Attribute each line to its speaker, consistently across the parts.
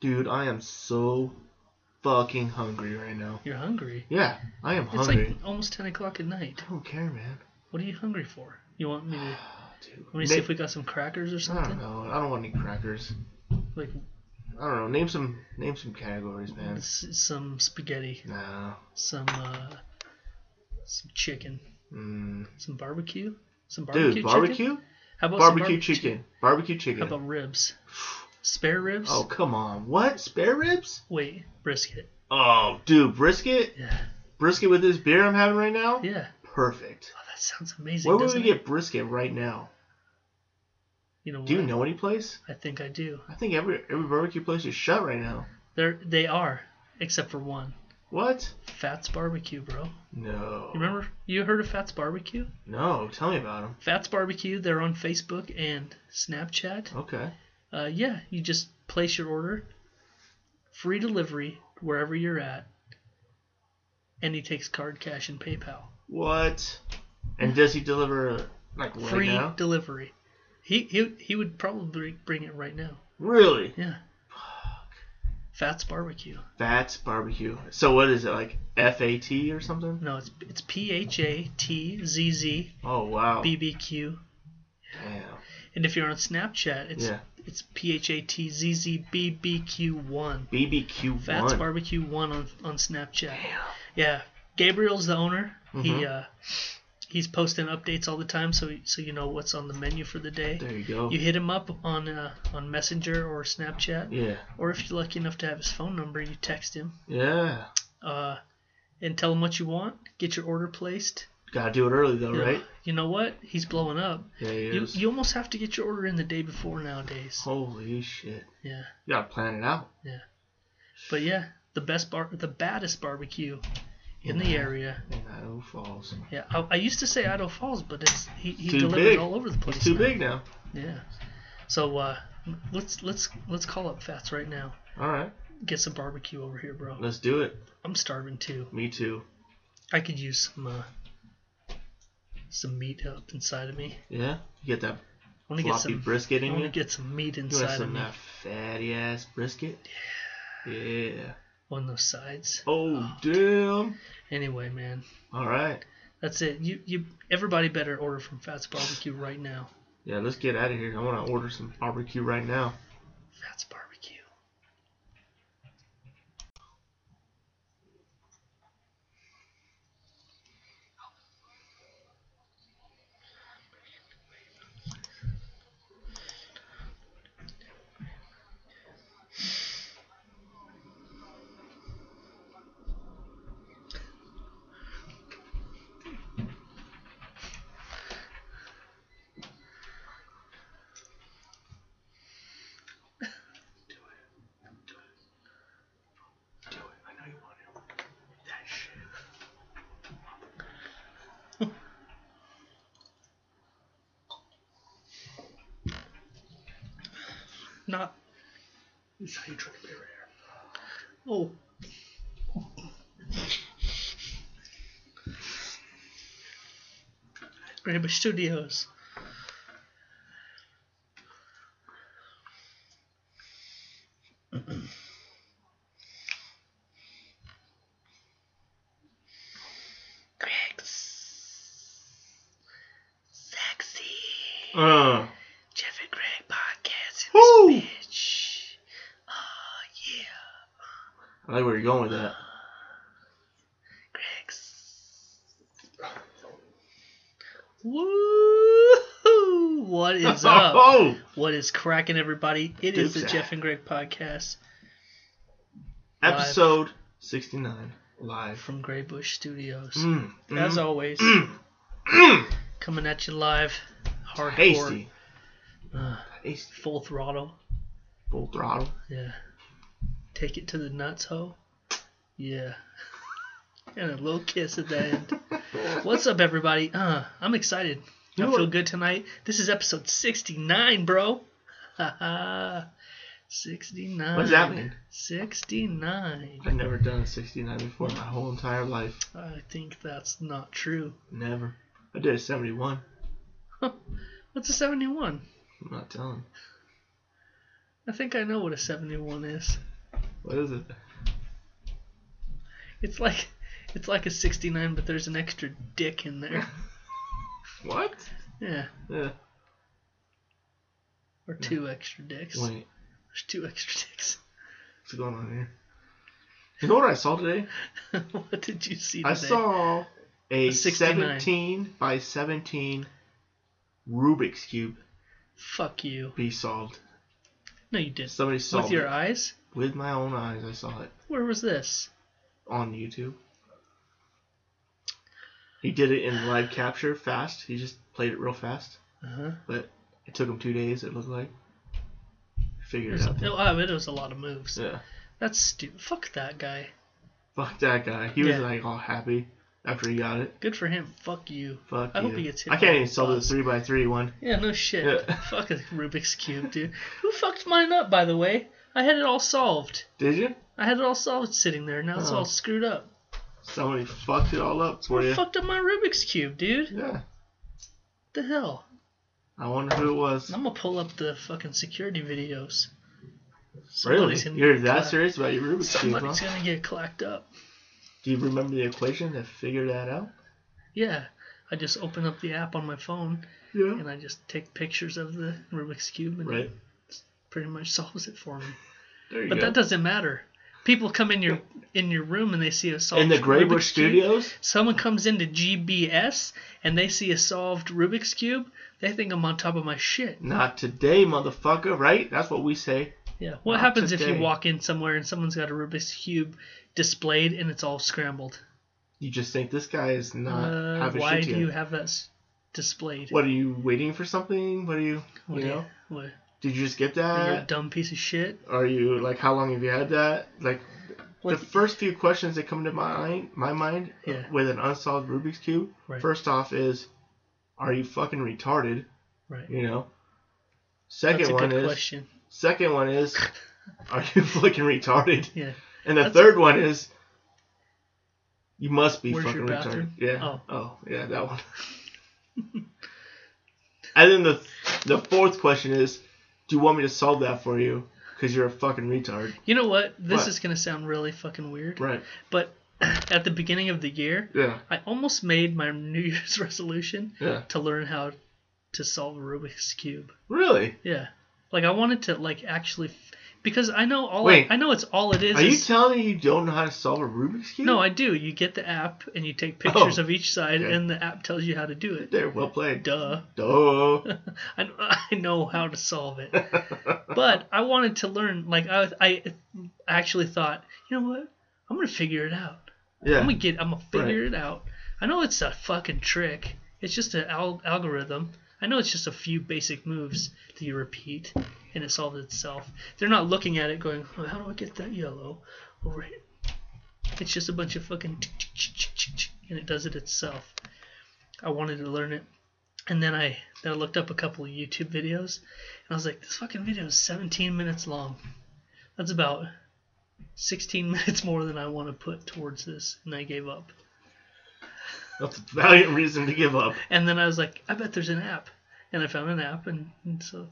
Speaker 1: Dude, I am so fucking hungry right now.
Speaker 2: You're hungry.
Speaker 1: Yeah, I am
Speaker 2: It's
Speaker 1: hungry.
Speaker 2: like almost ten o'clock at night.
Speaker 1: I don't care, man.
Speaker 2: What are you hungry for? You want me to? Let
Speaker 1: Dude,
Speaker 2: me see if we got some crackers or
Speaker 1: I don't
Speaker 2: something.
Speaker 1: know. I don't want any crackers.
Speaker 2: Like
Speaker 1: I don't know. Name some name some categories, man.
Speaker 2: s- some spaghetti,
Speaker 1: No.
Speaker 2: some uh, some chicken,
Speaker 1: Mm.
Speaker 2: some barbecue, some barbecue.
Speaker 1: Dude,
Speaker 2: Chicken?
Speaker 1: barbecue?
Speaker 2: How about some
Speaker 1: Barbecue
Speaker 2: barbe-
Speaker 1: chicken. Barbecue chicken.
Speaker 2: How about ribs? Spare ribs?
Speaker 1: Oh, come on. What? Spare ribs?
Speaker 2: Wait, brisket.
Speaker 1: Oh, dude, brisket?
Speaker 2: Yeah,
Speaker 1: Brisket with this beer I'm having right now?
Speaker 2: yeah.
Speaker 1: Perfect.
Speaker 2: Oh, that sounds amazing.
Speaker 1: Where would
Speaker 2: doesn't
Speaker 1: we
Speaker 2: it?
Speaker 1: get brisket right now?
Speaker 2: You know
Speaker 1: Do you
Speaker 2: what?
Speaker 1: know any place?
Speaker 2: I think I do.
Speaker 1: I think every every barbecue place is shut right now.
Speaker 2: They're they are, except for one.
Speaker 1: What?
Speaker 2: Fats Barbecue, bro.
Speaker 1: No.
Speaker 2: You remember? You heard of Fats Barbecue?
Speaker 1: No. Tell me about them.
Speaker 2: Fats Barbecue. They're on Facebook and Snapchat.
Speaker 1: Okay.
Speaker 2: Uh, yeah, you just place your order. Free delivery wherever you're at. And he takes card, cash, and PayPal.
Speaker 1: What? And does he deliver like right
Speaker 2: Free
Speaker 1: now?
Speaker 2: delivery. He, he he would probably bring it right now.
Speaker 1: Really?
Speaker 2: Yeah. Fats Barbecue.
Speaker 1: Fats barbecue. So what is it like? F A T or something?
Speaker 2: No, it's it's P H A T Z Z
Speaker 1: Oh wow.
Speaker 2: B B Q.
Speaker 1: Damn.
Speaker 2: And if you're on Snapchat, it's
Speaker 1: Yeah.
Speaker 2: it's P H A T Z Z B B Q one.
Speaker 1: BBQ
Speaker 2: Fats
Speaker 1: one.
Speaker 2: Barbecue one on on Snapchat.
Speaker 1: Damn.
Speaker 2: Yeah, Gabriel's the owner. He
Speaker 1: Mhm.
Speaker 2: uh, he's posting updates all the time, so so you know what's on the menu for the day.
Speaker 1: There you go.
Speaker 2: You hit him up on uh, on Messenger or Snapchat,
Speaker 1: Yeah.
Speaker 2: or if you're lucky enough to have his phone number, you text him
Speaker 1: Yeah.
Speaker 2: uh, and tell him what you want. Get your order placed.
Speaker 1: Gotta do it early though,
Speaker 2: You know-
Speaker 1: right?
Speaker 2: You know what? He's blowing up.
Speaker 1: Yeah. He
Speaker 2: You,
Speaker 1: is.
Speaker 2: you almost have to get your order in the day before nowadays.
Speaker 1: Holy shit.
Speaker 2: Yeah,
Speaker 1: You gotta plan it out.
Speaker 2: but yeah, the best bar, the baddest barbecue in the
Speaker 1: Yeah.
Speaker 2: area.
Speaker 1: And Idaho Falls.
Speaker 2: Yeah, I, I used to say Idaho Falls, but it's he, he
Speaker 1: Too
Speaker 2: delivered
Speaker 1: big.
Speaker 2: all over the place.
Speaker 1: He's too
Speaker 2: now.
Speaker 1: big now.
Speaker 2: Yeah. So uh, let's let's let's call up Fats right now.
Speaker 1: All right.
Speaker 2: Get some barbecue over here, bro.
Speaker 1: Let's do it.
Speaker 2: I'm starving too.
Speaker 1: Me too.
Speaker 2: I could use some uh, some meat up inside of me.
Speaker 1: Yeah. You get that
Speaker 2: I want to get
Speaker 1: floppy
Speaker 2: some.
Speaker 1: brisket
Speaker 2: I
Speaker 1: in
Speaker 2: want to
Speaker 1: you.
Speaker 2: get some meat
Speaker 1: You want
Speaker 2: inside of
Speaker 1: some
Speaker 2: me.
Speaker 1: uh, fatty ass brisket? Yeah. Yeah.
Speaker 2: On those sides.
Speaker 1: Oh damn.
Speaker 2: Anyway, man,
Speaker 1: All right.
Speaker 2: that's it. You you everybody better order from Fats Barbecue right now.
Speaker 1: Yeah, let's get out of here. I want to order some barbecue right now.
Speaker 2: Fats Barbecue.
Speaker 1: Do it. I know you want it. That shit.
Speaker 2: Not.
Speaker 1: This is how you drink beer right
Speaker 2: Oh. Rainbow Studios. Greg's sexy.
Speaker 1: Uh,
Speaker 2: Jeff and Greg podcast
Speaker 1: Woo!
Speaker 2: in this bitch. Oh yeah,
Speaker 1: I like where you're going with that.
Speaker 2: Greg's. Woo! What is up?
Speaker 1: oh,
Speaker 2: what is cracking, everybody? It is the
Speaker 1: Dukes.
Speaker 2: Jeff and Greg podcast
Speaker 1: episode 69 live.
Speaker 2: from Greybush Studios.
Speaker 1: Mm, mm,
Speaker 2: As always,
Speaker 1: mm.
Speaker 2: coming at you live, hardcore,
Speaker 1: Tasty.
Speaker 2: Uh,
Speaker 1: Tasty.
Speaker 2: full throttle.
Speaker 1: Full throttle.
Speaker 2: Yeah. Take it to the nuts hole. Yeah. and a little kiss at the end. What's up, everybody? Uh, I'm excited.
Speaker 1: You
Speaker 2: I
Speaker 1: know
Speaker 2: feel
Speaker 1: what-
Speaker 2: good tonight. This is episode 69, bro. Haha. 69.
Speaker 1: What does that mean?
Speaker 2: 69.
Speaker 1: I've never done a 69 before in my whole entire life.
Speaker 2: I think that's not true.
Speaker 1: Never. I did a 71.
Speaker 2: What's a 71?
Speaker 1: I'm not telling.
Speaker 2: I think I know what a 71 is.
Speaker 1: What is it?
Speaker 2: It's like it's like a 69, but there's an extra dick in there.
Speaker 1: What?
Speaker 2: Yeah,
Speaker 1: Yeah.
Speaker 2: or two extra dicks.
Speaker 1: Wait,
Speaker 2: There's two extra dicks.
Speaker 1: what's going on here? You know what I saw today?
Speaker 2: what did you see? Today?
Speaker 1: I saw a,
Speaker 2: A 69.
Speaker 1: 17 by 17 Rubik's Cube
Speaker 2: Fuck you.
Speaker 1: be solved.
Speaker 2: No, you did.
Speaker 1: Somebody solved
Speaker 2: With your
Speaker 1: it.
Speaker 2: eyes?
Speaker 1: With my own eyes, I saw it
Speaker 2: Where was this?
Speaker 1: on YouTube. He did it in live capture fast. He just played it real fast.
Speaker 2: Uh huh.
Speaker 1: But it took him two days, it looked like. Figured it out.
Speaker 2: No, I mean, it was a lot of moves.
Speaker 1: Yeah.
Speaker 2: That's stupid. Fuck that guy.
Speaker 1: Fuck that guy. He was
Speaker 2: Yeah.
Speaker 1: like all happy after he got it.
Speaker 2: Good for him. Fuck you.
Speaker 1: Fuck
Speaker 2: I
Speaker 1: you.
Speaker 2: hope he gets hit
Speaker 1: I can't
Speaker 2: by
Speaker 1: even
Speaker 2: a
Speaker 1: solve the
Speaker 2: bus.
Speaker 1: 3 by 3 one.
Speaker 2: Yeah, no shit.
Speaker 1: Yeah.
Speaker 2: Fuck a Rubik's Cube, dude. Who fucked mine up, by the way? I had it all solved.
Speaker 1: Did you?
Speaker 2: I had it all solved sitting there. Now it's
Speaker 1: Oh.
Speaker 2: all screwed up.
Speaker 1: Somebody fucked it all up for
Speaker 2: Who
Speaker 1: you.
Speaker 2: fucked up my Rubik's Cube, dude?
Speaker 1: Yeah.
Speaker 2: The hell?
Speaker 1: I wonder who it was.
Speaker 2: I'm gonna pull up the fucking security videos.
Speaker 1: Really?
Speaker 2: Somebody's gonna
Speaker 1: You're
Speaker 2: get
Speaker 1: that
Speaker 2: clapped.
Speaker 1: serious about your Rubik's Cube, huh?
Speaker 2: Somebody's gonna get clacked up.
Speaker 1: Do you remember the equation to figure that out?
Speaker 2: Yeah. I just open up the app on my phone
Speaker 1: Yeah.
Speaker 2: and I just take pictures of the Rubik's Cube and
Speaker 1: Right.
Speaker 2: it pretty much solves it for me.
Speaker 1: There you
Speaker 2: But
Speaker 1: go.
Speaker 2: that doesn't matter. People come in your in your room and they see a solved
Speaker 1: In the Grey Bush
Speaker 2: Rubik's Cube.
Speaker 1: Studios?
Speaker 2: Someone comes into GBS and they see a solved Rubik's cube. They think I'm on top of my shit.
Speaker 1: Not today, motherfucker, right? That's what we say.
Speaker 2: Yeah. What
Speaker 1: Not
Speaker 2: happens if
Speaker 1: today.
Speaker 2: you walk in somewhere and someone's got a Rubik's cube displayed and it's all scrambled?
Speaker 1: You just think this guy is not
Speaker 2: Uh,
Speaker 1: having
Speaker 2: why
Speaker 1: shit
Speaker 2: do
Speaker 1: together.
Speaker 2: you have that s- displayed?
Speaker 1: What are you waiting for something? What are you,
Speaker 2: What
Speaker 1: you
Speaker 2: do you-
Speaker 1: know? Uh,
Speaker 2: what-
Speaker 1: Did you just get
Speaker 2: you're a
Speaker 1: that?
Speaker 2: dumb piece of shit.
Speaker 1: Are you like how long have you had that? Like
Speaker 2: Like-
Speaker 1: the first few questions that come to my mind, my mind
Speaker 2: Yeah.
Speaker 1: with an unsolved Rubik's cube.
Speaker 2: Right.
Speaker 1: First off is, are you fucking retarded?
Speaker 2: Right.
Speaker 1: You know.
Speaker 2: That's
Speaker 1: Second
Speaker 2: a
Speaker 1: one
Speaker 2: good
Speaker 1: is
Speaker 2: question.
Speaker 1: second one is, are you fucking retarded?
Speaker 2: Yeah.
Speaker 1: And the
Speaker 2: That's
Speaker 1: third one is, you must be
Speaker 2: Where's
Speaker 1: fucking
Speaker 2: your
Speaker 1: retarded.
Speaker 2: bathroom?
Speaker 1: Yeah.
Speaker 2: Oh.
Speaker 1: yeah, that one. and then the the fourth question is, do you want me to solve that for you? Because you're a fucking retard.
Speaker 2: You know what? This
Speaker 1: What?
Speaker 2: is is gonna sound really fucking weird.
Speaker 1: Right.
Speaker 2: But at the beginning of the year,
Speaker 1: Yeah.
Speaker 2: I almost made my New Year's resolution
Speaker 1: Yeah.
Speaker 2: to learn how to solve a Rubik's cube.
Speaker 1: Really?
Speaker 2: Yeah, like I wanted to like actually, f- because I know all
Speaker 1: Wait.
Speaker 2: I, know it's all it is.
Speaker 1: Are you
Speaker 2: is-
Speaker 1: telling me you don't know how to solve a Rubik's cube?
Speaker 2: no, I do. You get the app and you take pictures of each side,
Speaker 1: Oh. okay.
Speaker 2: and the app tells you how to do it.
Speaker 1: There. Well played.
Speaker 2: Duh,
Speaker 1: Duh.
Speaker 2: I, I know how to solve it, but I wanted to learn. Like I I actually thought, you know what? I'm gonna figure it out. I'm
Speaker 1: Yeah.
Speaker 2: gonna get. I'm gonna figure it out. I know it's a fucking trick. It's just an al- algorithm. I know it's just a few basic moves that you repeat, and it solves itself. They're not looking at it going, oh, "How do I get that yellow?" Over here. It's just a bunch of fucking, and it does it itself. I wanted to learn it, and then I then I looked up a couple of YouTube videos, and I was like, "This fucking video is 17 minutes long. That's about 16 minutes more than I want to put towards this, and I gave up.
Speaker 1: That's a valiant reason to give up.
Speaker 2: And then I was like, I bet there's an app, and I found an app, and, and so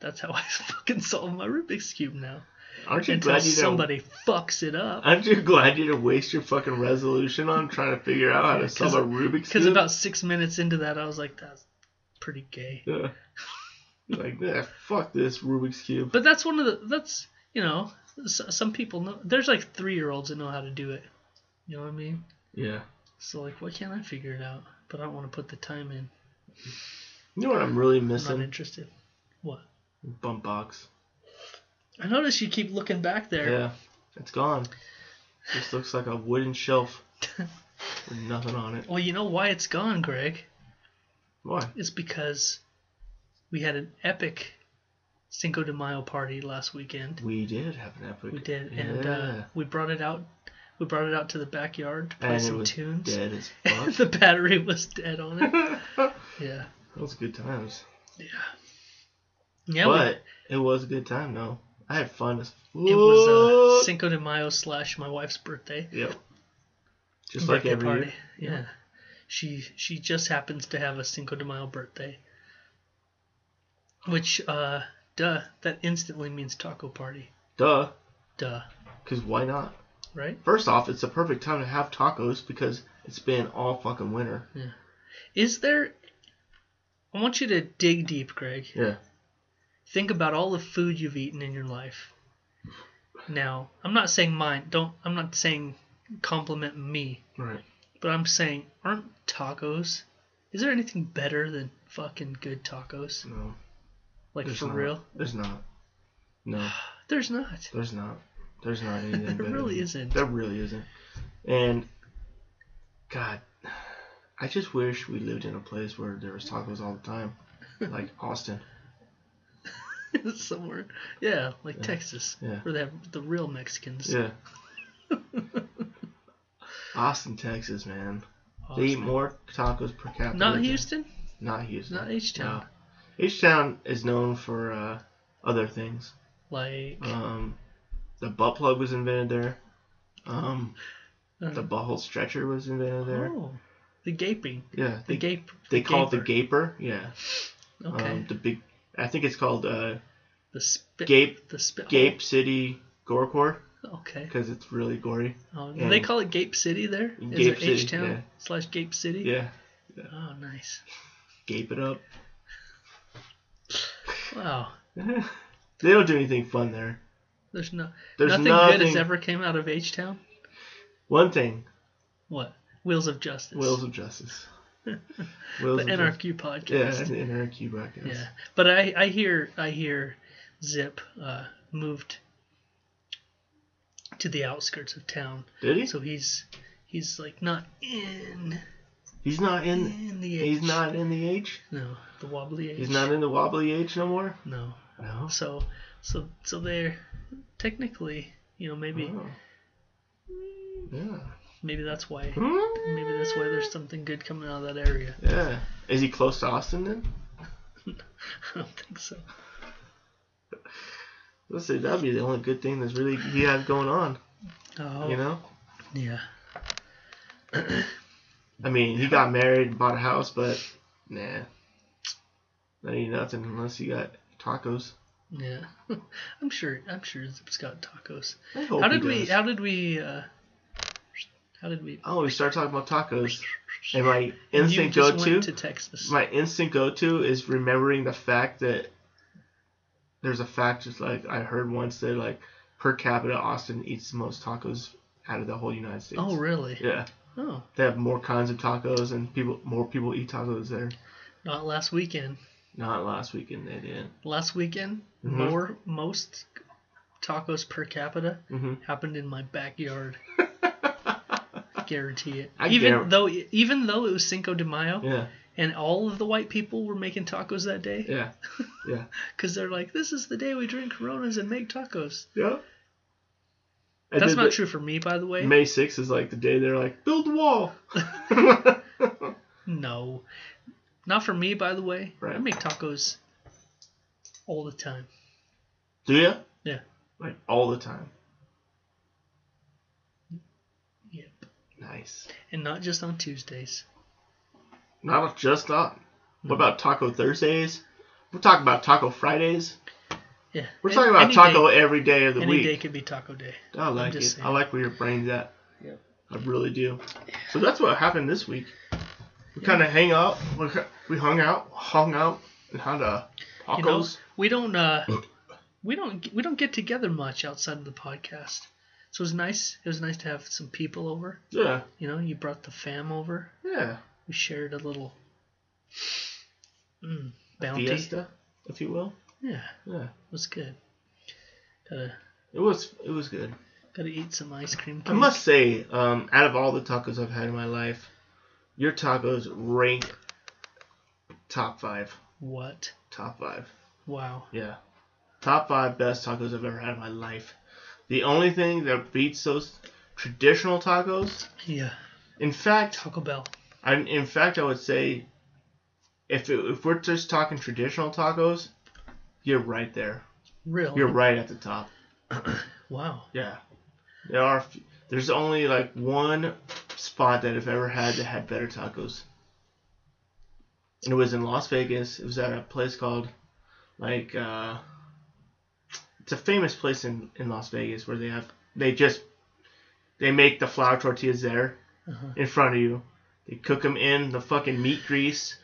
Speaker 2: that's how I fucking solve my Rubik's cube now.
Speaker 1: Aren't you
Speaker 2: Until
Speaker 1: glad you don't?
Speaker 2: somebody fucks it up,
Speaker 1: Aren't you glad you didn't waste your fucking resolution on trying to figure out how to
Speaker 2: 'cause-
Speaker 1: solve a Rubik's cube?
Speaker 2: because about six minutes into that, I was like, that's pretty gay.
Speaker 1: Yeah. like, yeah, fuck this Rubik's Cube.
Speaker 2: But that's one of the that's you know s- some people know there's like three year olds that know how to do it. You know what I mean?
Speaker 1: Yeah.
Speaker 2: So like, why can't I figure it out? But I don't want to put the time in.
Speaker 1: You know what I'm really
Speaker 2: I'm not
Speaker 1: missing?
Speaker 2: interested. What?
Speaker 1: Bump box.
Speaker 2: I noticed you keep looking back there.
Speaker 1: Yeah. It's gone. Just looks like a wooden shelf with nothing on it.
Speaker 2: Well, you know why it's gone, Greg?
Speaker 1: Why?
Speaker 2: It's because we had an epic Cinco de Mayo party last weekend.
Speaker 1: We did have an epic.
Speaker 2: We did,
Speaker 1: yeah.
Speaker 2: and uh, we brought it out. We brought it out to the backyard to play
Speaker 1: and it
Speaker 2: some
Speaker 1: was
Speaker 2: tunes.
Speaker 1: dead as fuck.
Speaker 2: And the battery was dead on it.
Speaker 1: that
Speaker 2: Yeah,
Speaker 1: was good times.
Speaker 2: yeah, yeah. we-
Speaker 1: but it was a good time, though. I had fun as fuck.
Speaker 2: it was uh, Cinco de Mayo slash my wife's birthday.
Speaker 1: Yep. Just like
Speaker 2: birthday
Speaker 1: every
Speaker 2: party.
Speaker 1: year.
Speaker 2: Yeah. She she just happens to have a Cinco de Mayo birthday. Which uh duh, that instantly means taco party.
Speaker 1: Duh.
Speaker 2: Duh.
Speaker 1: Because why not?
Speaker 2: right?
Speaker 1: First off, it's the perfect time to have tacos because it's been all fucking winter.
Speaker 2: Is there? I want you to dig deep, Greg.
Speaker 1: Yeah.
Speaker 2: Think about all the food you've eaten in your life. Now, I'm not saying mine. Don't. I'm not saying compliment me,
Speaker 1: Right.
Speaker 2: but I'm saying aren't tacos? Is there anything better than fucking good tacos?
Speaker 1: No.
Speaker 2: Like
Speaker 1: there's
Speaker 2: for
Speaker 1: not.
Speaker 2: real?
Speaker 1: There's not. No,
Speaker 2: There's not.
Speaker 1: there's not. There's not anything.
Speaker 2: There
Speaker 1: better than-
Speaker 2: really isn't.
Speaker 1: There really isn't. And God, I just wish we lived in a place where there was tacos all the time, like Austin.
Speaker 2: Somewhere. Yeah, like Texas,
Speaker 1: Yeah.
Speaker 2: where they have the real Mexicans.
Speaker 1: Yeah. Austin, Texas, man.
Speaker 2: Austin.
Speaker 1: They eat more tacos per capita.
Speaker 2: Not
Speaker 1: than-
Speaker 2: Houston.
Speaker 1: Not Houston.
Speaker 2: Not H-Town.
Speaker 1: No. H-Town is known for uh, other things.
Speaker 2: Like.
Speaker 1: Um, the butt plug was invented there. Um, the
Speaker 2: uh,
Speaker 1: butthole stretcher was invented there.
Speaker 2: Oh, the gaping.
Speaker 1: Yeah,
Speaker 2: The
Speaker 1: they,
Speaker 2: gape.
Speaker 1: they
Speaker 2: the
Speaker 1: call it
Speaker 2: gaper.
Speaker 1: the gaper. Yeah.
Speaker 2: Okay.
Speaker 1: Um, the big, I think it's called uh,
Speaker 2: the spit.
Speaker 1: gape-
Speaker 2: The spit.
Speaker 1: Gape City Gorecore
Speaker 2: Okay.
Speaker 1: because it's really gory.
Speaker 2: Oh,
Speaker 1: Yeah.
Speaker 2: They call it Gape City there. Is
Speaker 1: Mm. Gape
Speaker 2: it
Speaker 1: City,
Speaker 2: H Town
Speaker 1: yeah.
Speaker 2: slash Gape City?
Speaker 1: Yeah,
Speaker 2: Oh, nice.
Speaker 1: gape it up.
Speaker 2: Wow.
Speaker 1: they don't do anything fun there.
Speaker 2: There's no.
Speaker 1: There's
Speaker 2: nothing, good has
Speaker 1: nothing-
Speaker 2: ever came out of H Town.
Speaker 1: One thing,
Speaker 2: What? Wheels of Justice.
Speaker 1: Wheels of Justice. Wheels
Speaker 2: the
Speaker 1: of
Speaker 2: NRQ
Speaker 1: Justice. Yeah,
Speaker 2: podcast.
Speaker 1: and NRQ podcast.
Speaker 2: Yeah. But I, I hear I hear Zip uh, moved to the outskirts of town,
Speaker 1: Did he?
Speaker 2: so he's he's like not in
Speaker 1: he's not in.
Speaker 2: in the H.
Speaker 1: He's not in the age.
Speaker 2: No, the wobbly H.
Speaker 1: He's not in the wobbly age no more.
Speaker 2: No.
Speaker 1: No.
Speaker 2: So so so they're technically, you know, maybe
Speaker 1: Oh. Yeah.
Speaker 2: maybe that's why
Speaker 1: Hmm?
Speaker 2: maybe that's why there's something good coming out of that area.
Speaker 1: Yeah. Is he close to Austin then?
Speaker 2: I don't think so.
Speaker 1: Let's say that'd be the only good thing that's really he had going on.
Speaker 2: Oh
Speaker 1: You know.
Speaker 2: yeah.
Speaker 1: I mean, he got married and bought a house, but nah, that ain't nothing unless you got tacos.
Speaker 2: Yeah. I'm sure I'm sure Zip's got tacos.
Speaker 1: I hope
Speaker 2: how
Speaker 1: he
Speaker 2: did we
Speaker 1: does.
Speaker 2: how did we uh how did we
Speaker 1: oh, we started talking about tacos, and my instinct
Speaker 2: you
Speaker 1: go
Speaker 2: just
Speaker 1: to
Speaker 2: went to Texas.
Speaker 1: my instant go to is remembering the fact that there's a fact just like I heard once that like per capita Austin eats the most tacos out of the whole United States.
Speaker 2: oh really?
Speaker 1: Yeah,
Speaker 2: Oh.
Speaker 1: they have more kinds of tacos and people more people eat tacos there.
Speaker 2: Not last weekend.
Speaker 1: Not last weekend they didn't.
Speaker 2: Last weekend
Speaker 1: Mhm.
Speaker 2: more most tacos per capita
Speaker 1: hmm
Speaker 2: happened in my backyard. Guarantee it.
Speaker 1: I
Speaker 2: even
Speaker 1: guar-
Speaker 2: though even though it was Cinco de Mayo
Speaker 1: Yeah,
Speaker 2: and all of the white people were making tacos that day
Speaker 1: yeah, yeah.
Speaker 2: because they're like, this is the day we drink Coronas and make tacos.
Speaker 1: Yeah. And
Speaker 2: That's
Speaker 1: then
Speaker 2: not
Speaker 1: the-
Speaker 2: true eh? for me, by the way.
Speaker 1: May 6th is like the day they're like, build a wall.
Speaker 2: no, not for me, by the way. I
Speaker 1: Right.
Speaker 2: make tacos all the time.
Speaker 1: Do you?
Speaker 2: Yeah.
Speaker 1: Like all the time.
Speaker 2: Yep.
Speaker 1: Nice.
Speaker 2: And not just on Tuesdays.
Speaker 1: Not just that.
Speaker 2: Mm-hmm.
Speaker 1: What about Taco Thursdays? We're talking about Taco Fridays.
Speaker 2: Yeah.
Speaker 1: We're
Speaker 2: A-
Speaker 1: talking about
Speaker 2: any
Speaker 1: taco
Speaker 2: Day,
Speaker 1: every day of the
Speaker 2: any
Speaker 1: week.
Speaker 2: day could be taco day.
Speaker 1: I like it.
Speaker 2: just
Speaker 1: I
Speaker 2: saying.
Speaker 1: like where your brain's at.
Speaker 2: Yep.
Speaker 1: I really do. So that's what happened this week. We kind of hang out. We, we hung out, hung out, and had uh, tacos.
Speaker 2: You know, we don't uh, we don't we don't get together much outside of the podcast. So it was nice. It was nice to have some people over.
Speaker 1: yeah,
Speaker 2: You know, you brought the fam over.
Speaker 1: yeah.
Speaker 2: We shared a little mm, bounty.
Speaker 1: Fiesta, if you will.
Speaker 2: Yeah, it
Speaker 1: Yeah.
Speaker 2: was good. Gotta
Speaker 1: It was it was good.
Speaker 2: gotta eat some ice cream.
Speaker 1: I
Speaker 2: Cake.
Speaker 1: must say, um, out of all the tacos I've had in my life, your tacos rank top five.
Speaker 2: What?
Speaker 1: Top five.
Speaker 2: Wow.
Speaker 1: Yeah. Top five best tacos I've ever had in my life. The only thing that beats those traditional tacos,
Speaker 2: Yeah.
Speaker 1: in fact,
Speaker 2: Taco Bell.
Speaker 1: I in fact I would say, if it, if we're just talking traditional tacos, you're right there.
Speaker 2: Really?
Speaker 1: You're right at the top.
Speaker 2: Wow.
Speaker 1: Yeah, there are. f- There's only like one spot that I've ever had that had better tacos. And it was in Las Vegas. It was at a place called, like, uh, it's a famous place in in Las Vegas where they have They just they make the flour tortillas there
Speaker 2: Uh-huh.
Speaker 1: in front of you. They cook them in the fucking meat grease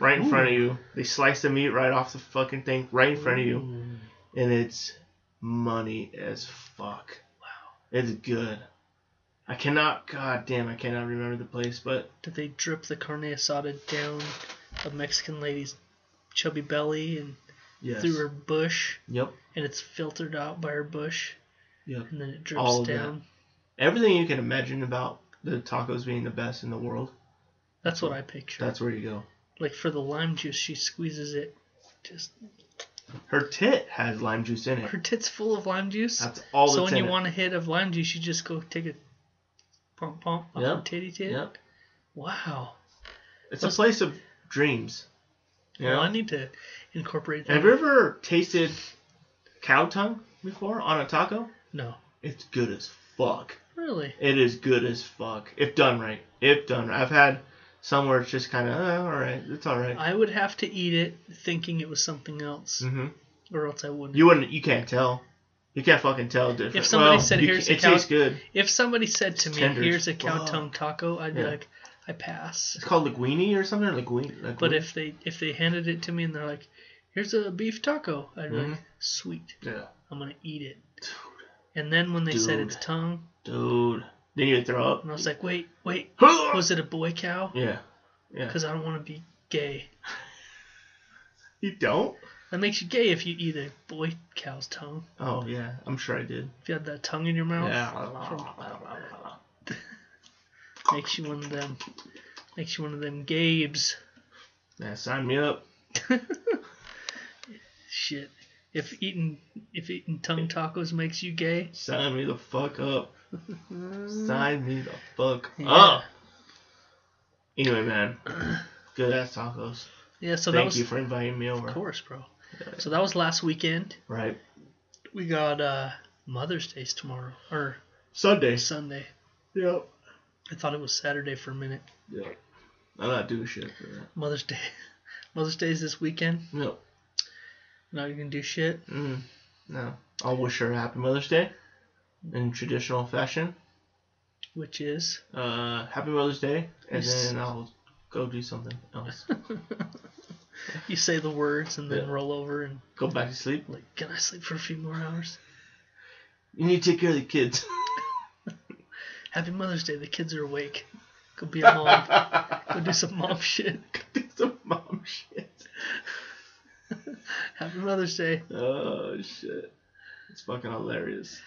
Speaker 1: right in front of you. They slice the meat right off the fucking thing right in front of you, and it's money as fuck. Wow, it's good. I cannot. God damn, I cannot remember the place, but
Speaker 2: Did they drip the carne asada down a Mexican lady's chubby belly and
Speaker 1: yes.
Speaker 2: through her bush,
Speaker 1: Yep.
Speaker 2: and it's filtered out by her bush,
Speaker 1: Yep.
Speaker 2: and then it
Speaker 1: All
Speaker 2: drips
Speaker 1: of that.
Speaker 2: down?
Speaker 1: Everything you can imagine about the tacos being the best in the world,
Speaker 2: That's what I picture.
Speaker 1: that's where you go.
Speaker 2: like for the lime juice, she squeezes it. Just
Speaker 1: Her tit has lime juice in it.
Speaker 2: her tits full of lime juice.
Speaker 1: That's all
Speaker 2: so
Speaker 1: that's
Speaker 2: when you
Speaker 1: in it.
Speaker 2: want a hit of lime juice, you just go take a pump pump off
Speaker 1: Yep.
Speaker 2: her titty tit.
Speaker 1: Yep.
Speaker 2: Wow.
Speaker 1: It's a place of dreams. You know?
Speaker 2: Well, I need to incorporate that.
Speaker 1: Have you ever tasted cow tongue before on a taco?
Speaker 2: No.
Speaker 1: It's good as fuck.
Speaker 2: Really?
Speaker 1: It is good as fuck. If done right. If done right. I've had some where it's just kind of, uh alright, it's alright.
Speaker 2: I would have to eat it thinking it was something else,
Speaker 1: hmm
Speaker 2: or else I wouldn't.
Speaker 1: You wouldn't, you can't tell. You can't fucking tell different.
Speaker 2: If somebody
Speaker 1: well,
Speaker 2: said,
Speaker 1: you
Speaker 2: "Here's
Speaker 1: can-
Speaker 2: a
Speaker 1: it
Speaker 2: cow-
Speaker 1: tastes good.
Speaker 2: if somebody said to
Speaker 1: It's
Speaker 2: me,
Speaker 1: tender
Speaker 2: "Here's a
Speaker 1: as
Speaker 2: cow
Speaker 1: fuck.
Speaker 2: tongue taco," I'd be
Speaker 1: Yeah.
Speaker 2: like, "I pass."
Speaker 1: It's called linguine or something. Linguine. linguine.
Speaker 2: But if they if they handed it to me and they're like, "Here's a beef taco," I'd be like,
Speaker 1: Mhm.
Speaker 2: "Sweet,
Speaker 1: yeah,
Speaker 2: I'm gonna eat it." And then when they said
Speaker 1: Dude.
Speaker 2: it's tongue,
Speaker 1: dude, then you throw up.
Speaker 2: and I was like, "Wait, wait, was it a boy cow?
Speaker 1: yeah, yeah.
Speaker 2: Because I don't want to be gay.
Speaker 1: You don't?
Speaker 2: That makes you gay if you eat a boy cow's tongue.
Speaker 1: Oh yeah, I'm sure I did.
Speaker 2: If you had that tongue in your mouth,
Speaker 1: Yeah.
Speaker 2: makes you one of them. Makes you one of them gabes."
Speaker 1: Yeah, sign me up.
Speaker 2: Shit. If eating if eating tongue tacos makes you gay,
Speaker 1: Sign me the fuck up. sign me the fuck
Speaker 2: Mm-hmm. Yeah.
Speaker 1: up. Anyway, man, good ass tacos.
Speaker 2: yeah. So that
Speaker 1: Thank
Speaker 2: was
Speaker 1: you for inviting me over.
Speaker 2: of course, bro. So that was last weekend.
Speaker 1: Right.
Speaker 2: We got uh, Mother's Day's tomorrow or
Speaker 1: Sundays.
Speaker 2: Sunday.
Speaker 1: Yep.
Speaker 2: I thought it was Saturday for a minute.
Speaker 1: Yep. I'm not doing shit for that.
Speaker 2: Mother's Day. Mother's Day's this weekend.
Speaker 1: No.
Speaker 2: Now you can do shit.
Speaker 1: Mm, no. I'll wish her a happy Mother's Day in traditional fashion.
Speaker 2: Which is
Speaker 1: Uh, happy Mother's Day, and
Speaker 2: Yes.
Speaker 1: then I'll go do something else.
Speaker 2: you say the words and then
Speaker 1: Yeah.
Speaker 2: roll over and
Speaker 1: go back to sleep.
Speaker 2: like, can I sleep for a few more hours?
Speaker 1: You need to take care of the kids.
Speaker 2: Happy Mother's Day. The kids are awake. Go be a mom. Go do some mom shit.
Speaker 1: do some mom shit.
Speaker 2: Happy Mother's Day.
Speaker 1: Oh shit. It's fucking hilarious.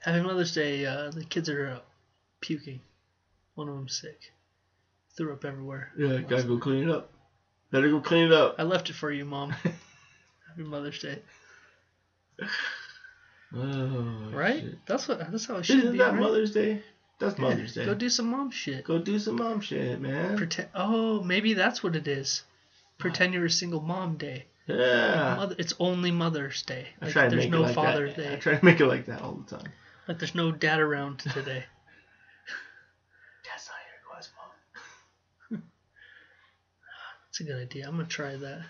Speaker 2: Happy Mother's Day. Uh, the kids are uh, puking. One of them's sick. Threw up everywhere.
Speaker 1: Yeah, gotta go clean it up. Better go clean it up.
Speaker 2: I left it for you, Mom. Happy Mother's Day.
Speaker 1: Oh,
Speaker 2: Right?
Speaker 1: shit.
Speaker 2: That's what. That's how it should
Speaker 1: Isn't
Speaker 2: be.
Speaker 1: that
Speaker 2: right?
Speaker 1: Mother's Day? That's
Speaker 2: Yeah,
Speaker 1: Mother's Day.
Speaker 2: Go do some mom shit.
Speaker 1: Go do some mom shit, man.
Speaker 2: Pretend. Oh, maybe that's what it is. Pretend you're a single mom day.
Speaker 1: Yeah.
Speaker 2: Mother, it's only Mother's Day.
Speaker 1: I
Speaker 2: Like,
Speaker 1: try to
Speaker 2: there's
Speaker 1: make
Speaker 2: no
Speaker 1: it like
Speaker 2: Father
Speaker 1: that. I
Speaker 2: Day.
Speaker 1: try to make it like that all the time.
Speaker 2: Like there's no dad around today.
Speaker 1: That's not your request, mom.
Speaker 2: That's a good idea. I'm gonna try that.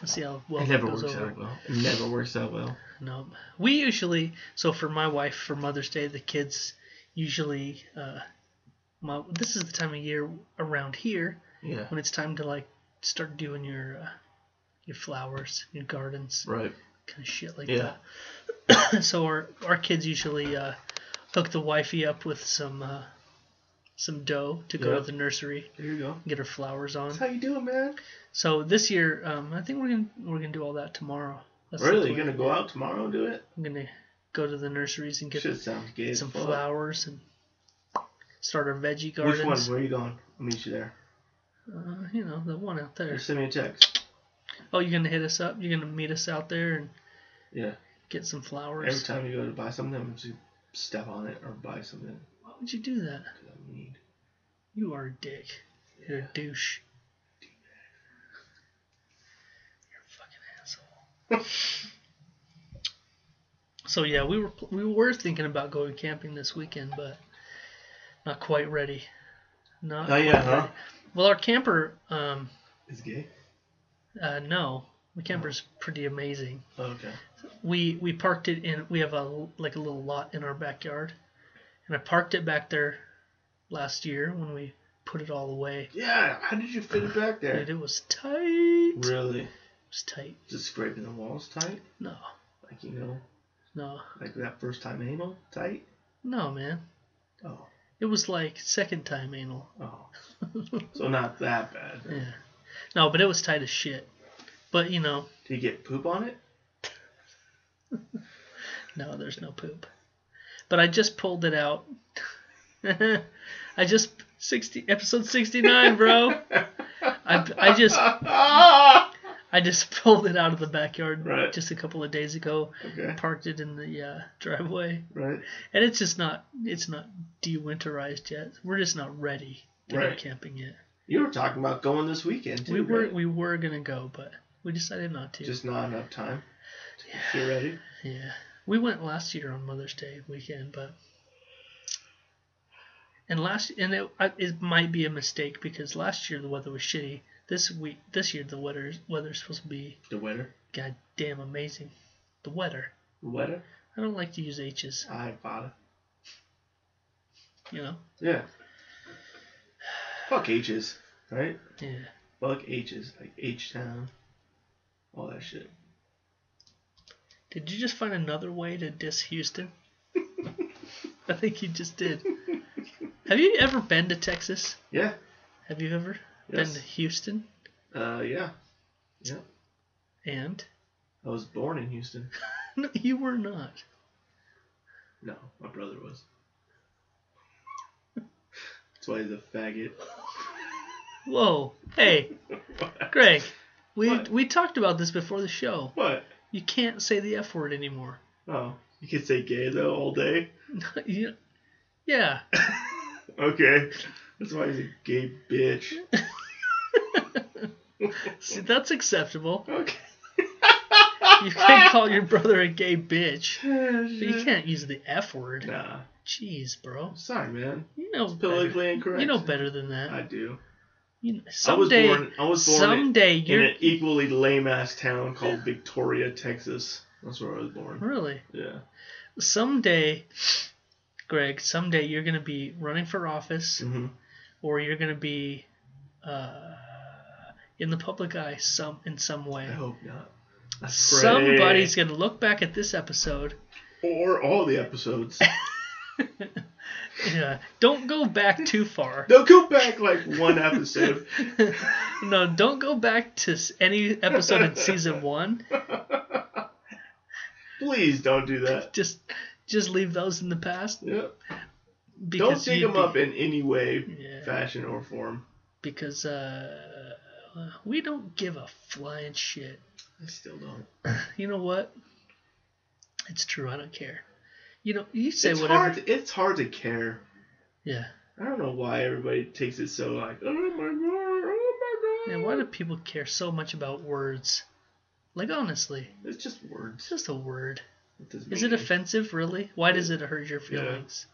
Speaker 2: Let's see how well
Speaker 1: It
Speaker 2: that
Speaker 1: never
Speaker 2: goes
Speaker 1: works
Speaker 2: over.
Speaker 1: out well. It never works out well.
Speaker 2: No, we usually so for my wife for Mother's Day the kids usually uh, my this is the time of year around here
Speaker 1: Yeah.
Speaker 2: when it's time to like start doing your uh, your flowers, your gardens,
Speaker 1: Right.
Speaker 2: kind of shit like
Speaker 1: Yeah.
Speaker 2: that. so our our kids usually uh, hook the wifey up with some uh, some dough to go
Speaker 1: Yeah.
Speaker 2: to the nursery
Speaker 1: There you go.
Speaker 2: and get her flowers on.
Speaker 1: That's how you do it, man.
Speaker 2: So this year um, I think we're gonna we're gonna do all that tomorrow. That's the
Speaker 1: really? You
Speaker 2: plan.
Speaker 1: gonna go out tomorrow and do it?
Speaker 2: I'm gonna go to the nurseries and get
Speaker 1: Shit sounds gay. as
Speaker 2: some
Speaker 1: fuck.
Speaker 2: flowers and start our veggie
Speaker 1: Which one?
Speaker 2: gardens.
Speaker 1: Where are you going? I'll meet you there.
Speaker 2: Uh, you know, the one out
Speaker 1: Or
Speaker 2: there.
Speaker 1: send me a text.
Speaker 2: Oh, you're gonna hit us up. You're gonna meet us out there and
Speaker 1: Yeah.
Speaker 2: get some
Speaker 1: Every
Speaker 2: flowers.
Speaker 1: time you go to buy something, I'm just gonna step on it or buy something
Speaker 2: Why would you do that?
Speaker 1: 'cause I'm mean.
Speaker 2: You are a dick. You're a douche. You're a fucking asshole. so yeah, we were pl- we were thinking about going camping this weekend, but not quite ready. Not
Speaker 1: Oh yeah,
Speaker 2: quite
Speaker 1: huh?
Speaker 2: ready. Well, our camper, um,
Speaker 1: Is gay?
Speaker 2: uh, no, McKember's pretty amazing.
Speaker 1: Okay.
Speaker 2: We we parked it in. We have a like a little lot in our backyard, and I parked it back there last year when we put it all away.
Speaker 1: Yeah. How did you fit it back there?
Speaker 2: Dude, it was tight. It
Speaker 1: Really?
Speaker 2: was tight.
Speaker 1: Just scraping the walls tight,
Speaker 2: No,
Speaker 1: like you know,
Speaker 2: no,
Speaker 1: like that first time anal tight.
Speaker 2: no, man.
Speaker 1: Oh.
Speaker 2: It was like second time anal.
Speaker 1: Oh. so not that bad.
Speaker 2: Yeah. No, but it was tight as shit. But you know,
Speaker 1: Did you get poop on it?
Speaker 2: no, there's no poop. But I just pulled it out. I just sixty episode sixty nine, bro. I, I just I just pulled it out of the backyard
Speaker 1: Right.
Speaker 2: just a couple of days ago.
Speaker 1: okay.
Speaker 2: Parked it in the uh, driveway,
Speaker 1: Right.
Speaker 2: and it's just not it's not dewinterized yet. We're just not ready to
Speaker 1: Right.
Speaker 2: go camping yet.
Speaker 1: You were talking about going this weekend too.
Speaker 2: we were
Speaker 1: right?
Speaker 2: we were gonna go, but we decided not to.
Speaker 1: just not enough time. You ready?
Speaker 2: Yeah. We went last year on Mother's Day weekend, but and last and it I- it might be a mistake because last year the weather was shitty. This week this year the weather weather's supposed to be
Speaker 1: The weather.
Speaker 2: goddamn amazing. The weather.
Speaker 1: The weather.
Speaker 2: I don't like to use H's,
Speaker 1: I bought it.
Speaker 2: you know.
Speaker 1: Yeah. Fuck H's, right?
Speaker 2: Yeah.
Speaker 1: Fuck H's, like H Town, all that shit.
Speaker 2: Did you just find another way to diss Houston? I think you just did. Have you ever been to Texas?
Speaker 1: Yeah.
Speaker 2: Have you ever been
Speaker 1: Yes.
Speaker 2: to Houston?
Speaker 1: Uh, yeah. Yeah.
Speaker 2: And
Speaker 1: I was born in Houston.
Speaker 2: no, you were not.
Speaker 1: No, my brother was. That's why he's a faggot.
Speaker 2: Whoa. Hey, Greg. We
Speaker 1: What?
Speaker 2: we talked about this before the show.
Speaker 1: What?
Speaker 2: You can't say the F word anymore.
Speaker 1: Oh, you could say gay though all day.
Speaker 2: You- yeah.
Speaker 1: Okay. That's why he's a gay bitch.
Speaker 2: See, that's acceptable.
Speaker 1: Okay.
Speaker 2: You can call your brother a gay bitch. But you
Speaker 1: you
Speaker 2: can't use the F word.
Speaker 1: Nah.
Speaker 2: Jeez, bro.
Speaker 1: Sorry, man.
Speaker 2: You know
Speaker 1: It's
Speaker 2: better.
Speaker 1: politically incorrect.
Speaker 2: You know better than that.
Speaker 1: I do.
Speaker 2: you know,
Speaker 1: I was
Speaker 2: someday,
Speaker 1: born. I was born in,
Speaker 2: someday
Speaker 1: in
Speaker 2: you're
Speaker 1: an equally lame ass town called Victoria, Texas. That's where I was born.
Speaker 2: really
Speaker 1: Yeah.
Speaker 2: someday, Greg. Someday you're gonna be running for office.
Speaker 1: Mm-hmm.
Speaker 2: or you're going to be uh, in the public eye some in some way.
Speaker 1: I hope not. I pray.
Speaker 2: Somebody's going to look back at this episode.
Speaker 1: or all the episodes.
Speaker 2: Yeah, uh, don't go back too far.
Speaker 1: They'll go back like one episode.
Speaker 2: No, don't go back to s- any episode in season one.
Speaker 1: Please don't do that.
Speaker 2: Just, just leave those in the past.
Speaker 1: Yeah. Don't
Speaker 2: Because
Speaker 1: dig
Speaker 2: you'd
Speaker 1: them
Speaker 2: be-
Speaker 1: up eh? in any way,
Speaker 2: Yeah.
Speaker 1: fashion, or form.
Speaker 2: Because uh, we don't give a flying shit.
Speaker 1: I still don't.
Speaker 2: You know what? It's true. I don't care. You know, you say
Speaker 1: it's
Speaker 2: whatever.
Speaker 1: hard. It's hard to care.
Speaker 2: Yeah.
Speaker 1: I don't know why everybody takes it so like, oh my god, oh my god.
Speaker 2: Man, why do people care so much about words? Like honestly,
Speaker 1: It's just words.
Speaker 2: it's just a word.
Speaker 1: It doesn't
Speaker 2: Is
Speaker 1: mean
Speaker 2: it
Speaker 1: anything.
Speaker 2: offensive, really? Why does it hurt your
Speaker 1: Yeah.
Speaker 2: feelings?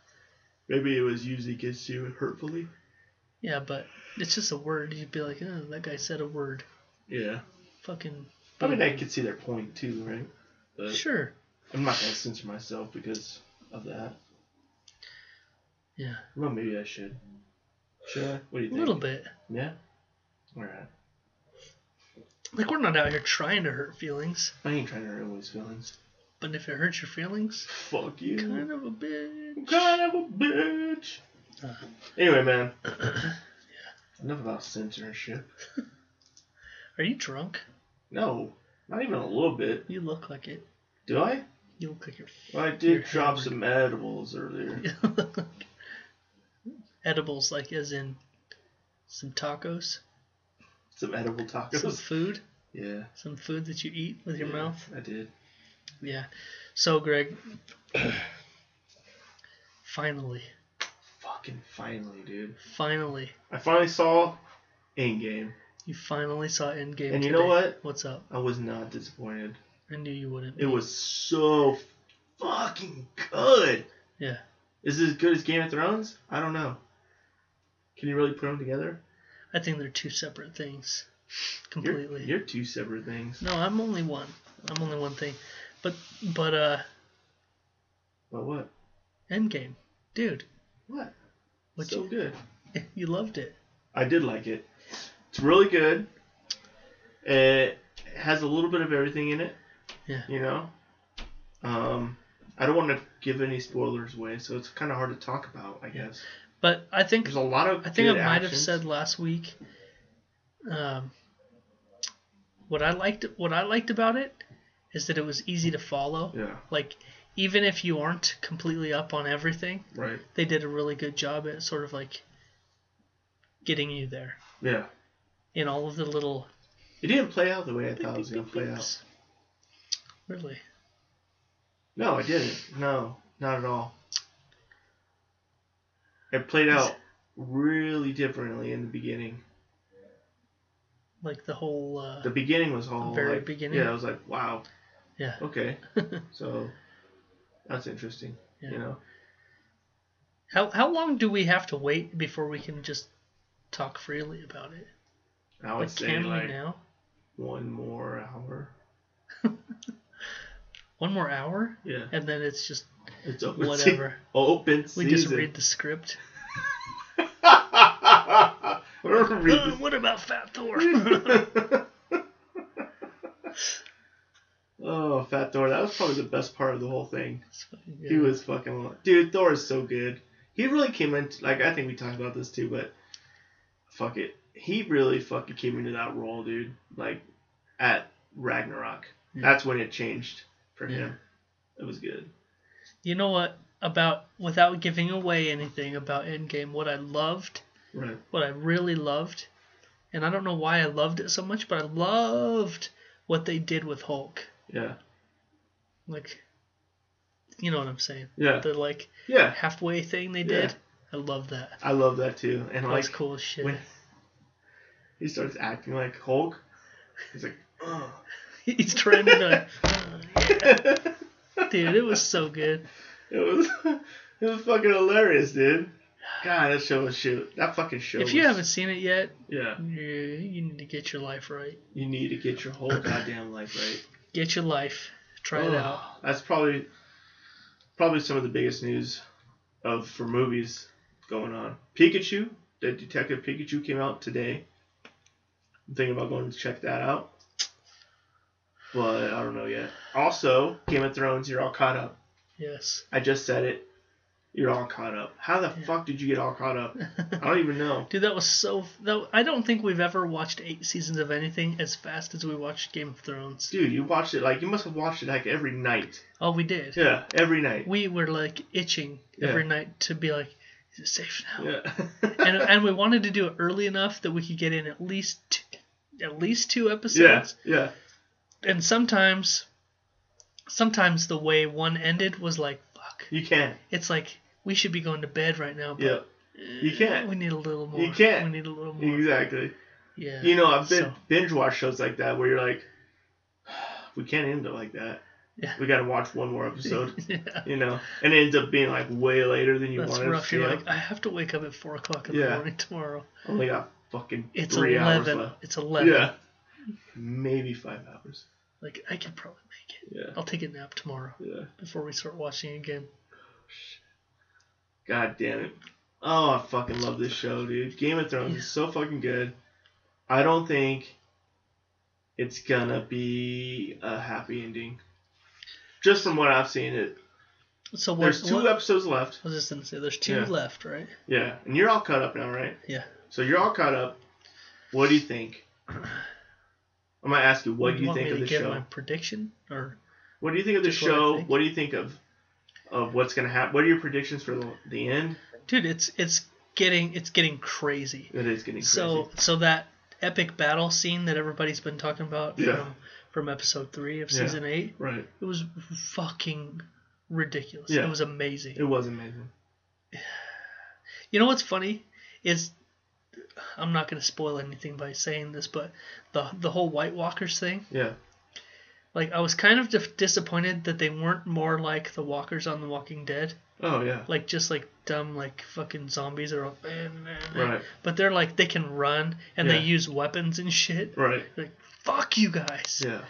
Speaker 1: Maybe it was used against you hurtfully.
Speaker 2: Yeah, but it's just a word. You'd be like, oh, that guy said a word.
Speaker 1: Yeah.
Speaker 2: Fucking.
Speaker 1: I mean, I could see their point too, right? But
Speaker 2: Sure.
Speaker 1: I'm not gonna censor myself because of that.
Speaker 2: Yeah,
Speaker 1: Well, maybe I should. Should I? What do you
Speaker 2: a
Speaker 1: think?
Speaker 2: little bit.
Speaker 1: Yeah. All right.
Speaker 2: Like we're not out here trying to hurt feelings,
Speaker 1: I ain't trying to hurt anybody's feelings.
Speaker 2: but if it hurts your feelings,
Speaker 1: Fuck you.
Speaker 2: kind of a bitch.
Speaker 1: Kind of a bitch.
Speaker 2: Uh.
Speaker 1: Anyway, man. Enough about censorship.
Speaker 2: Are you drunk?
Speaker 1: No, not even a little bit.
Speaker 2: You look like it.
Speaker 1: Do I?
Speaker 2: You look like you're.
Speaker 1: Well, I
Speaker 2: You're
Speaker 1: did drop
Speaker 2: hammered.
Speaker 1: some edibles earlier.
Speaker 2: You look like edibles, like as in some tacos,
Speaker 1: Some edible tacos.
Speaker 2: some food.
Speaker 1: Yeah.
Speaker 2: some food that you eat with your
Speaker 1: yeah,
Speaker 2: mouth.
Speaker 1: I did.
Speaker 2: Yeah. So, Greg, finally,
Speaker 1: Fucking finally, dude.
Speaker 2: finally,
Speaker 1: I finally saw Endgame.
Speaker 2: you finally saw Endgame.
Speaker 1: And you
Speaker 2: today.
Speaker 1: know what?
Speaker 2: What's up?
Speaker 1: I was not disappointed.
Speaker 2: I knew you wouldn't.
Speaker 1: It was so fucking good.
Speaker 2: Yeah.
Speaker 1: Is it as good as Game of Thrones? I don't know. Can you really put them together?
Speaker 2: I think they're two separate things.
Speaker 1: You're,
Speaker 2: completely.
Speaker 1: you're two separate things.
Speaker 2: No, I'm only one. I'm only one thing. But but uh,
Speaker 1: But what?
Speaker 2: Endgame, dude,
Speaker 1: What?
Speaker 2: what
Speaker 1: so good.
Speaker 2: you you loved it.
Speaker 1: I did like it. It's really good. It has a little bit of everything in it.
Speaker 2: Yeah.
Speaker 1: You know. Um, I don't want to give any spoilers away, so it's kind of hard to talk about. I guess
Speaker 2: But I think
Speaker 1: there's a lot of.
Speaker 2: I think I
Speaker 1: good
Speaker 2: might have
Speaker 1: actions.
Speaker 2: said last week. Um, what I liked what I liked about it is that it was easy to follow.
Speaker 1: Yeah.
Speaker 2: Like even if you aren't completely up on everything,
Speaker 1: Right.
Speaker 2: they did a really good job at sort of like getting you there
Speaker 1: Yeah.
Speaker 2: in all of the little
Speaker 1: It didn't play out the way I thought it was gonna play out.
Speaker 2: oops. Really?
Speaker 1: No, it didn't. No, not at all. It played out really differently in the beginning.
Speaker 2: Like the whole uh,
Speaker 1: The beginning was all
Speaker 2: very
Speaker 1: like,
Speaker 2: beginning?
Speaker 1: Yeah, I was like, wow,
Speaker 2: yeah.
Speaker 1: okay, so that's interesting.
Speaker 2: yeah.
Speaker 1: You know,
Speaker 2: How how long do we have to wait before we can just talk freely about it?
Speaker 1: I would
Speaker 2: Like
Speaker 1: say
Speaker 2: can
Speaker 1: like
Speaker 2: we now?
Speaker 1: one more hour.
Speaker 2: One more hour?
Speaker 1: Yeah,
Speaker 2: and then it's just
Speaker 1: it's open. se-
Speaker 2: whatever.
Speaker 1: open
Speaker 2: We
Speaker 1: season.
Speaker 2: just read the script.
Speaker 1: We don't read
Speaker 2: Uh,
Speaker 1: the-
Speaker 2: what about Fat Thor?
Speaker 1: oh, Fat Thor. That was probably the best part of the whole thing.
Speaker 2: It's fucking good.
Speaker 1: He was fucking lo- dude. Thor is so good. He really came into like I think we talked about this too, but fuck it, he really fucking came into that role, dude. Like at Ragnarok,
Speaker 2: Yeah.
Speaker 1: that's when it changed for
Speaker 2: Yeah.
Speaker 1: him. It was good.
Speaker 2: You know what? About without giving away anything about Endgame, what I loved,
Speaker 1: Right.
Speaker 2: what I really loved, and I don't know why I loved it so much, but I loved what they did with Hulk.
Speaker 1: Yeah.
Speaker 2: Like, you know what I'm saying?
Speaker 1: Yeah.
Speaker 2: The like
Speaker 1: Yeah.
Speaker 2: halfway thing they
Speaker 1: Yeah.
Speaker 2: did. I love that.
Speaker 1: I love that too. And
Speaker 2: That
Speaker 1: like
Speaker 2: was cool as shit.
Speaker 1: when he starts acting like Hulk, he's like, oh.
Speaker 2: He's trying to like, "Uh, yeah." dude, it was so good.
Speaker 1: it was it was fucking hilarious, dude. God, that show was shoot. That fucking show.
Speaker 2: If you
Speaker 1: was-
Speaker 2: haven't seen it yet,
Speaker 1: yeah,
Speaker 2: you, you need to get your life right.
Speaker 1: you need to get your whole goddamn life right.
Speaker 2: Get your life. Try it
Speaker 1: Oh,
Speaker 2: out.
Speaker 1: That's probably probably some of the biggest news of for movies going on. Pikachu, the Detective Pikachu came out today. I'm thinking about going to check that out. But I don't know yet. Also, Game of Thrones, you're all caught up.
Speaker 2: Yes.
Speaker 1: I just said it. You're all caught up. How the
Speaker 2: Yeah.
Speaker 1: fuck did you get all caught up? I don't even know.
Speaker 2: Dude, that was so. That, I don't think we've ever watched eight seasons of anything as fast as we watched Game of Thrones.
Speaker 1: Dude, you watched it like you must have watched it like every night.
Speaker 2: Oh, we did.
Speaker 1: Yeah, every night.
Speaker 2: We were like itching
Speaker 1: Yeah.
Speaker 2: every night to be like, is it safe now?
Speaker 1: Yeah.
Speaker 2: And, and we wanted to do it early enough that we could get in at least t- at least two episodes.
Speaker 1: Yeah. Yeah.
Speaker 2: And sometimes, sometimes the way one ended was like, fuck.
Speaker 1: You can.
Speaker 2: It's like we should be going to bed right now, but
Speaker 1: Yeah. You can't.
Speaker 2: We need a little more.
Speaker 1: You can't.
Speaker 2: We need a little more.
Speaker 1: Exactly.
Speaker 2: Yeah.
Speaker 1: You know, I've been
Speaker 2: So-
Speaker 1: binge watch shows like that where you're like, we can't end it like that.
Speaker 2: Yeah.
Speaker 1: We got to watch one more episode.
Speaker 2: yeah.
Speaker 1: you know, and it ends up being like way later than you
Speaker 2: That's
Speaker 1: wanted
Speaker 2: rough.
Speaker 1: to.
Speaker 2: You're
Speaker 1: feel.
Speaker 2: like, I have to wake up at four o'clock in the
Speaker 1: Yeah.
Speaker 2: morning tomorrow.
Speaker 1: Only got fucking
Speaker 2: It's
Speaker 1: three hours
Speaker 2: eleven.
Speaker 1: left.
Speaker 2: It's eleven.
Speaker 1: Yeah. Maybe five hours.
Speaker 2: Like I could probably make it.
Speaker 1: Yeah.
Speaker 2: I'll take a nap tomorrow
Speaker 1: Yeah.
Speaker 2: before we start watching again.
Speaker 1: God damn it. Oh, I fucking love this show, dude. Game of Thrones
Speaker 2: Yeah.
Speaker 1: is so fucking good. I don't think it's gonna be a happy ending. Just from what I've seen, it
Speaker 2: So what,
Speaker 1: there's two
Speaker 2: what-
Speaker 1: episodes left.
Speaker 2: I was just gonna say there's two
Speaker 1: Yeah.
Speaker 2: left, right?
Speaker 1: Yeah, and you're all caught up now, right?
Speaker 2: Yeah.
Speaker 1: So you're all caught up. What do you think? I'm gonna ask you, what do you
Speaker 2: want
Speaker 1: think
Speaker 2: me
Speaker 1: of
Speaker 2: to
Speaker 1: the
Speaker 2: give
Speaker 1: show?
Speaker 2: my prediction or
Speaker 1: What do you think of the
Speaker 2: just what I
Speaker 1: show?
Speaker 2: think?
Speaker 1: What do you think of of what's gonna happen? What are your predictions for the, the end?
Speaker 2: dude? It's it's getting it's getting crazy.
Speaker 1: It is getting crazy.
Speaker 2: So so that epic battle scene that everybody's been talking about
Speaker 1: Yeah.
Speaker 2: from, from episode three of
Speaker 1: Yeah.
Speaker 2: season eight.
Speaker 1: right,
Speaker 2: It was fucking ridiculous.
Speaker 1: Yeah.
Speaker 2: It was amazing.
Speaker 1: it was amazing.
Speaker 2: You know what's funny is I'm not gonna spoil anything by saying this, but the the whole White Walkers thing.
Speaker 1: Yeah,
Speaker 2: Like I was kind of dif- disappointed that they weren't more like the walkers on The Walking Dead,
Speaker 1: Oh yeah.
Speaker 2: like just like dumb like fucking zombies are all.
Speaker 1: Right.
Speaker 2: But they're like they can run and they
Speaker 1: Yeah.
Speaker 2: use weapons and shit.
Speaker 1: Right.
Speaker 2: Like fuck you guys.
Speaker 1: Yeah.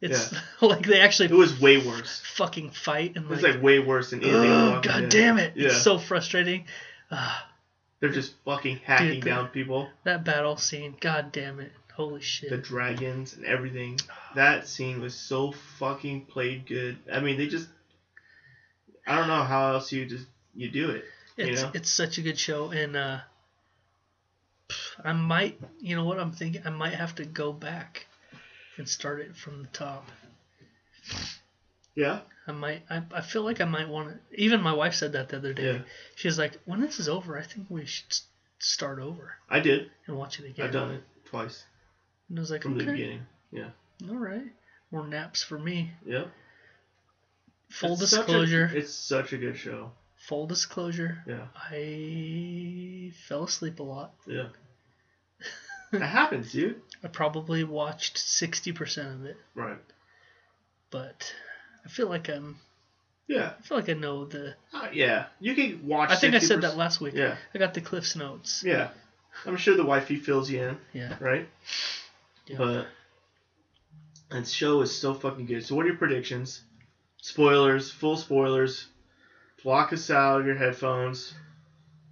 Speaker 2: It's like they actually
Speaker 1: It was way worse.
Speaker 2: fucking fight and
Speaker 1: It was
Speaker 2: like,
Speaker 1: like way worse than anything. on
Speaker 2: oh
Speaker 1: Walking
Speaker 2: god
Speaker 1: Dead.
Speaker 2: damn it!
Speaker 1: Yeah.
Speaker 2: It's so frustrating. Uh,
Speaker 1: They're just fucking hacking
Speaker 2: Dude, the-
Speaker 1: down people.
Speaker 2: that battle scene, god damn it! Holy shit!
Speaker 1: The dragons and everything. That scene was so fucking played good. I mean, they just. I don't know how else you just you do it. you
Speaker 2: It's
Speaker 1: know?
Speaker 2: it's such a good show, and uh, I might, you know what I'm thinking? I might have to go back and start it from the top.
Speaker 1: Yeah.
Speaker 2: I might. I, I feel like I might want to. Even my wife said that the other day.
Speaker 1: Yeah.
Speaker 2: She was like, "When this is over, I think we should s- start over
Speaker 1: I did.
Speaker 2: and watch it again."
Speaker 1: I've done it twice
Speaker 2: And I was like,
Speaker 1: from the
Speaker 2: "Okay,
Speaker 1: beginning. Yeah.
Speaker 2: all right, more naps for me."
Speaker 1: Yeah.
Speaker 2: Full
Speaker 1: It's such a-
Speaker 2: disclosure.
Speaker 1: it's such a good show.
Speaker 2: Full disclosure.
Speaker 1: Yeah.
Speaker 2: I fell asleep a lot.
Speaker 1: Yeah. that happens, dude.
Speaker 2: I probably watched sixty percent of it.
Speaker 1: Right.
Speaker 2: but I feel like I'm.
Speaker 1: Yeah.
Speaker 2: I feel like I know the.
Speaker 1: Uh, yeah. You can watch.
Speaker 2: I think I said
Speaker 1: 60%.
Speaker 2: that last week.
Speaker 1: Yeah.
Speaker 2: I got the Cliff's notes.
Speaker 1: Yeah. I'm sure the wifey fills you in,
Speaker 2: Yeah.
Speaker 1: right?
Speaker 2: Yeah.
Speaker 1: But that show is so fucking good. So what are your predictions? Spoilers, full spoilers. Block us out of your headphones.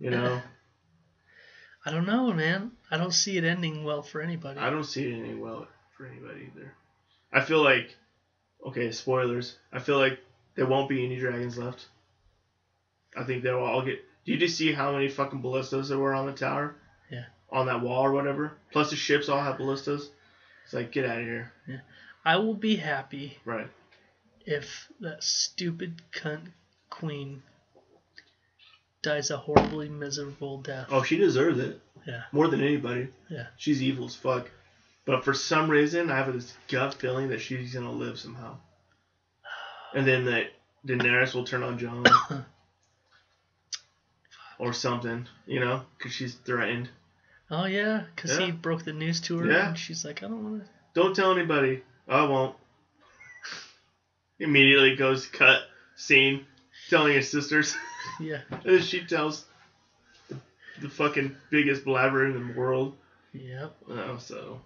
Speaker 1: You know,
Speaker 2: I don't know, man. I don't see it ending well for anybody.
Speaker 1: I don't see it any well for anybody either. I feel like okay, spoilers. I feel like there won't be any dragons left. I think they'll all get Did you see how many fucking ballistas there were on the tower?
Speaker 2: Yeah.
Speaker 1: On that wall or whatever. Plus the ships all have ballistas. It's like get out of here.
Speaker 2: I will be happy
Speaker 1: Right.
Speaker 2: if that stupid cunt queen dies a horribly miserable death.
Speaker 1: Oh, she deserves it.
Speaker 2: Yeah.
Speaker 1: More than anybody.
Speaker 2: Yeah.
Speaker 1: She's evil as fuck. But for some reason, I have this gut feeling that she's gonna live somehow. And then that Daenerys will turn on Jon. or something, you know, because she's threatened.
Speaker 2: Oh yeah, because
Speaker 1: Yeah.
Speaker 2: he broke the news to her,
Speaker 1: Yeah.
Speaker 2: and she's like, I don't want to.
Speaker 1: Don't tell anybody. I won't. Immediately goes cut scene, telling his sisters,
Speaker 2: Yeah.
Speaker 1: and then she tells the fucking biggest blabber in the world.
Speaker 2: Yep.
Speaker 1: Oh, so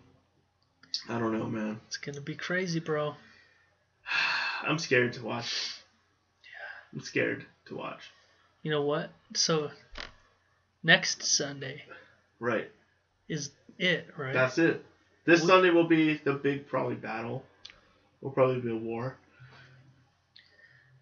Speaker 1: I don't know, man.
Speaker 2: It's gonna be crazy, bro.
Speaker 1: I'm scared to watch. I'm scared to watch.
Speaker 2: You know what? So next Sunday
Speaker 1: Right.
Speaker 2: is it, right?
Speaker 1: That's it. This
Speaker 2: We-
Speaker 1: Sunday will be the big probably battle. Will probably be a war.